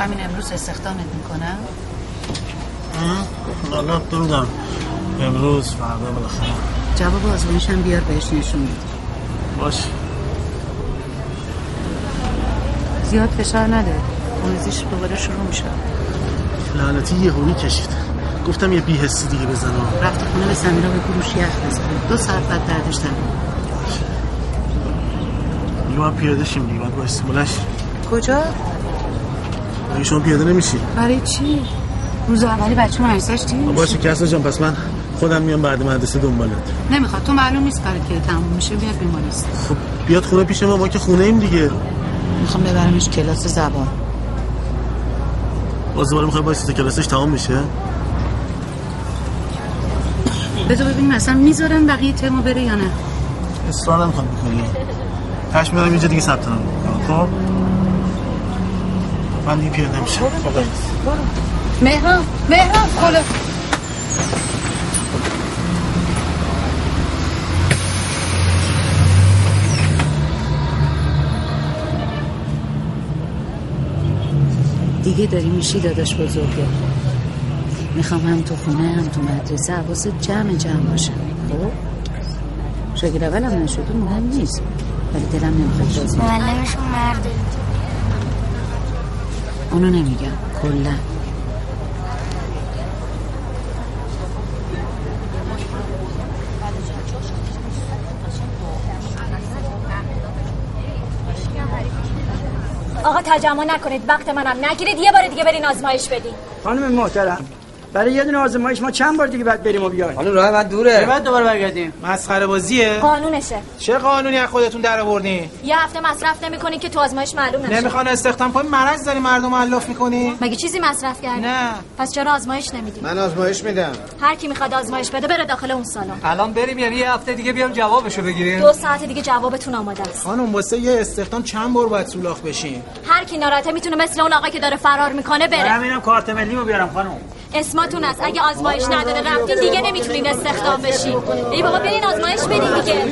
S8: همین امروز استخدامت میکنم
S1: حالا نمیدونم امروز فردا بالاخره
S8: جواب آزمایشم بیار بهش نشون بده
S1: باش
S2: زیاد فشار نده خونریزیش دوباره شروع میشه
S1: لعنتی یه هوی کشید گفتم یه بیهستی دیگه بزنم
S8: رفت خونه به سمیرا به گروش یخ بزنه دو ساعت بعد دردش تمام
S1: دیگه باید پیاده شیم دیگه باید بایستی بلند شیم.
S8: کجا
S1: مگه شما پیاده نمیشی
S2: برای چی روز اولی بچه مدرسهش چی
S1: خب، باشه کسرا جان پس من خودم میام بعد مدرسه دنبالت
S8: نمیخواد تو معلوم نیست برای کی تموم میشه بیاد بیمارستان
S1: خب بیاد خونه پیش ما ما که خونه ایم دیگه
S8: میخوام ببرمش کلاس زبان
S1: باز دوباره میخوای بایستی تا کلاسش تمام میشه
S8: بذار ببینیم اصلا میذارن بقیه ترمو بره یا نه
S1: اصرار نمیخوام بکنی تش میدارم اینجا دیگه ثبت نام می‌کنم. خب من دیگه پیاده میشم
S17: خب،
S1: خدا.
S8: مهران مهران خلا
S2: دیگه داری میشی داداش بزرگه میخوام هم تو خونه هم تو مدرسه حواست جمع جمع باشه خب شاگرد اولم نشده مهم نیست ولی دلم نمیخواد باز کنم.
S5: بله.
S4: معلمشون مرده
S2: اونو نمیگم کلا
S14: آقا تجمع نکنید وقت منم نگیرید یه بار دیگه برین آزمایش بدین
S9: خانم محترم برای یه دونه آزمایش ما چند بار دیگه باید بریم و بیایم
S17: خانم راه من دوره
S9: چه باید
S17: دوباره برگردیم مسخره بازیه
S14: قانونشه
S17: چه قانونی از خودتون در آوردین
S14: یه هفته مصرف نمیکنید که تو آزمایش معلوم نشه
S17: نمیخوان استخدام کنی مرض داری مردم رو علاف میکنی
S14: مگه چیزی مصرف کردی
S17: نه.
S14: پس چرا آزمایش نمیدی
S17: من آزمایش میدم
S14: هر کی میخواد آزمایش بده بره داخل اون سالن
S17: الان بریم یعنی یه هفته دیگه بیام جوابشو
S1: بله.
S17: بگیریم
S14: دو ساعت دیگه جوابتون آماده است
S17: خانم واسه یه استخدام چند بار باید سولاخ بشین
S14: هر کی ناراحته میتونه مثل اون آقا که داره فرار میکنه
S1: بله.
S14: بره
S17: همینم کارت ملیمو بیارم خانم
S14: اسماتون است اگه آزمایش نداده رفتین دیگه نمیتونین استخدام بشین ای بابا برین آزمایش بدین دیگه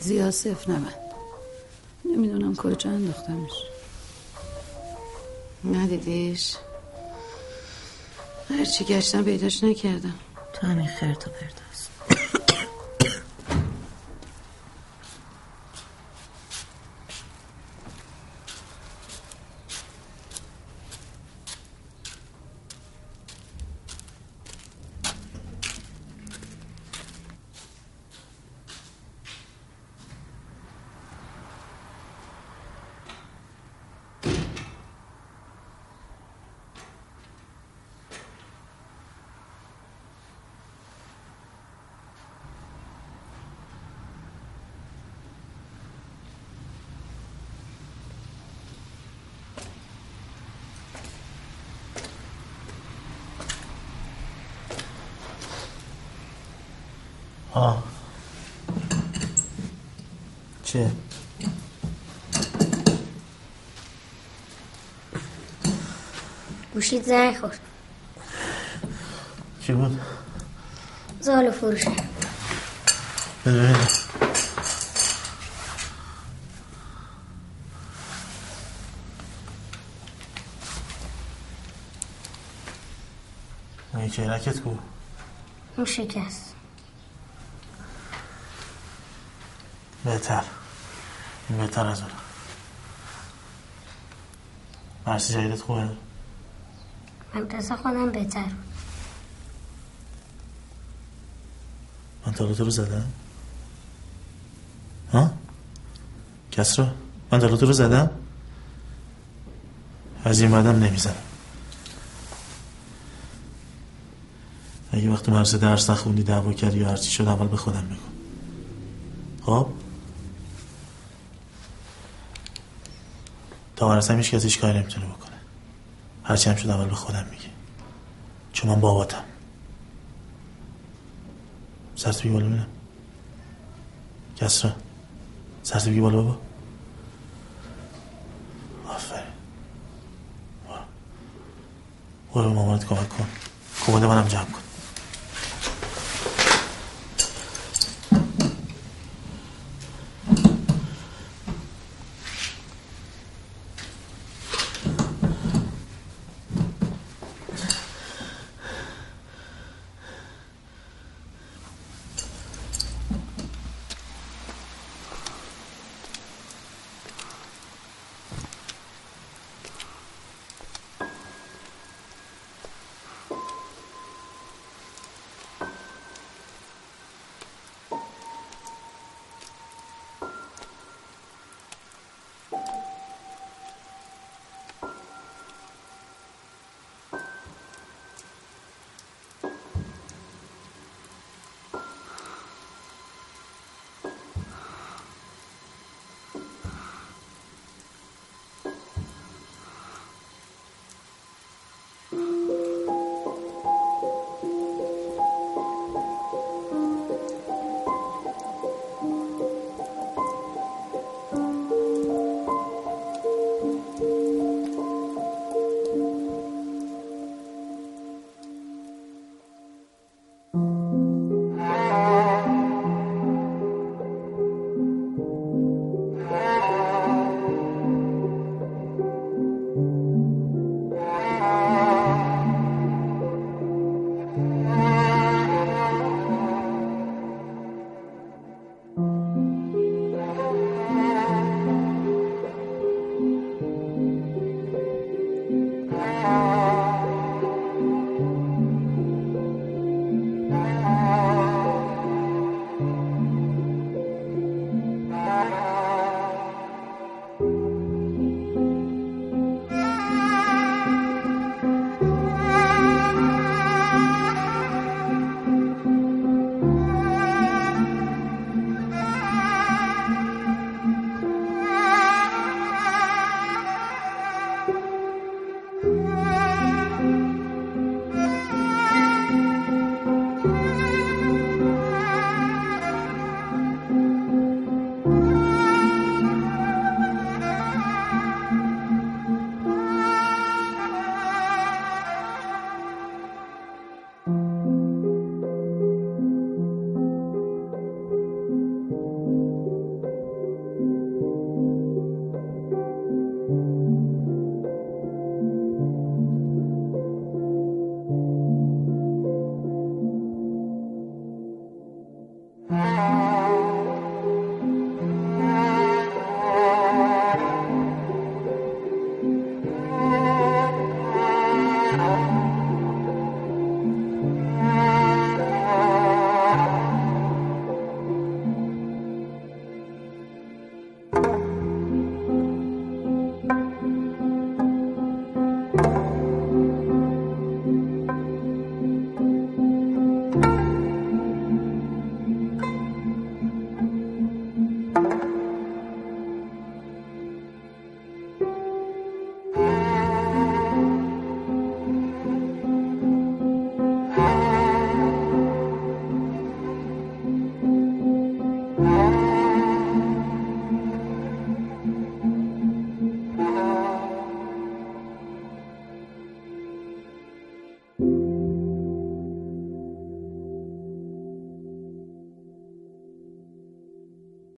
S2: زیاد صف نبند نمیدونم کجا انداختمش ندیدیش هرچی گشتم پیداش نکردم
S8: تو همین خرت و پرتاست
S1: آه چه؟
S6: گوشید زنگ خورد
S1: چی بود؟
S6: زال و فروشه
S1: بده بده این چهرکت کو
S6: اون شکست
S1: بهتر این بهتر از اون مرسی جدیدت خوبه
S6: مدرسه خودم بهتر بود.
S1: من تالو تو رو زدم ها کس رو من تالو تو رو زدم از این بعدم نمیزنم اگه وقت مرسه درس نخوندی دعوا کردی یا هرچی شد اول به خودم بگو خب تا برسم هیچ کسی هیچ کاری نمیتونه بکنه هرچی هم شد اول به خودم میگه چون من باباتم سرت بگی بالا ببینم کسرا سرت بگی بالا بابا آفرین برو برو به مامانت کمک کن کمد منم جمع کن
S15: Thank you.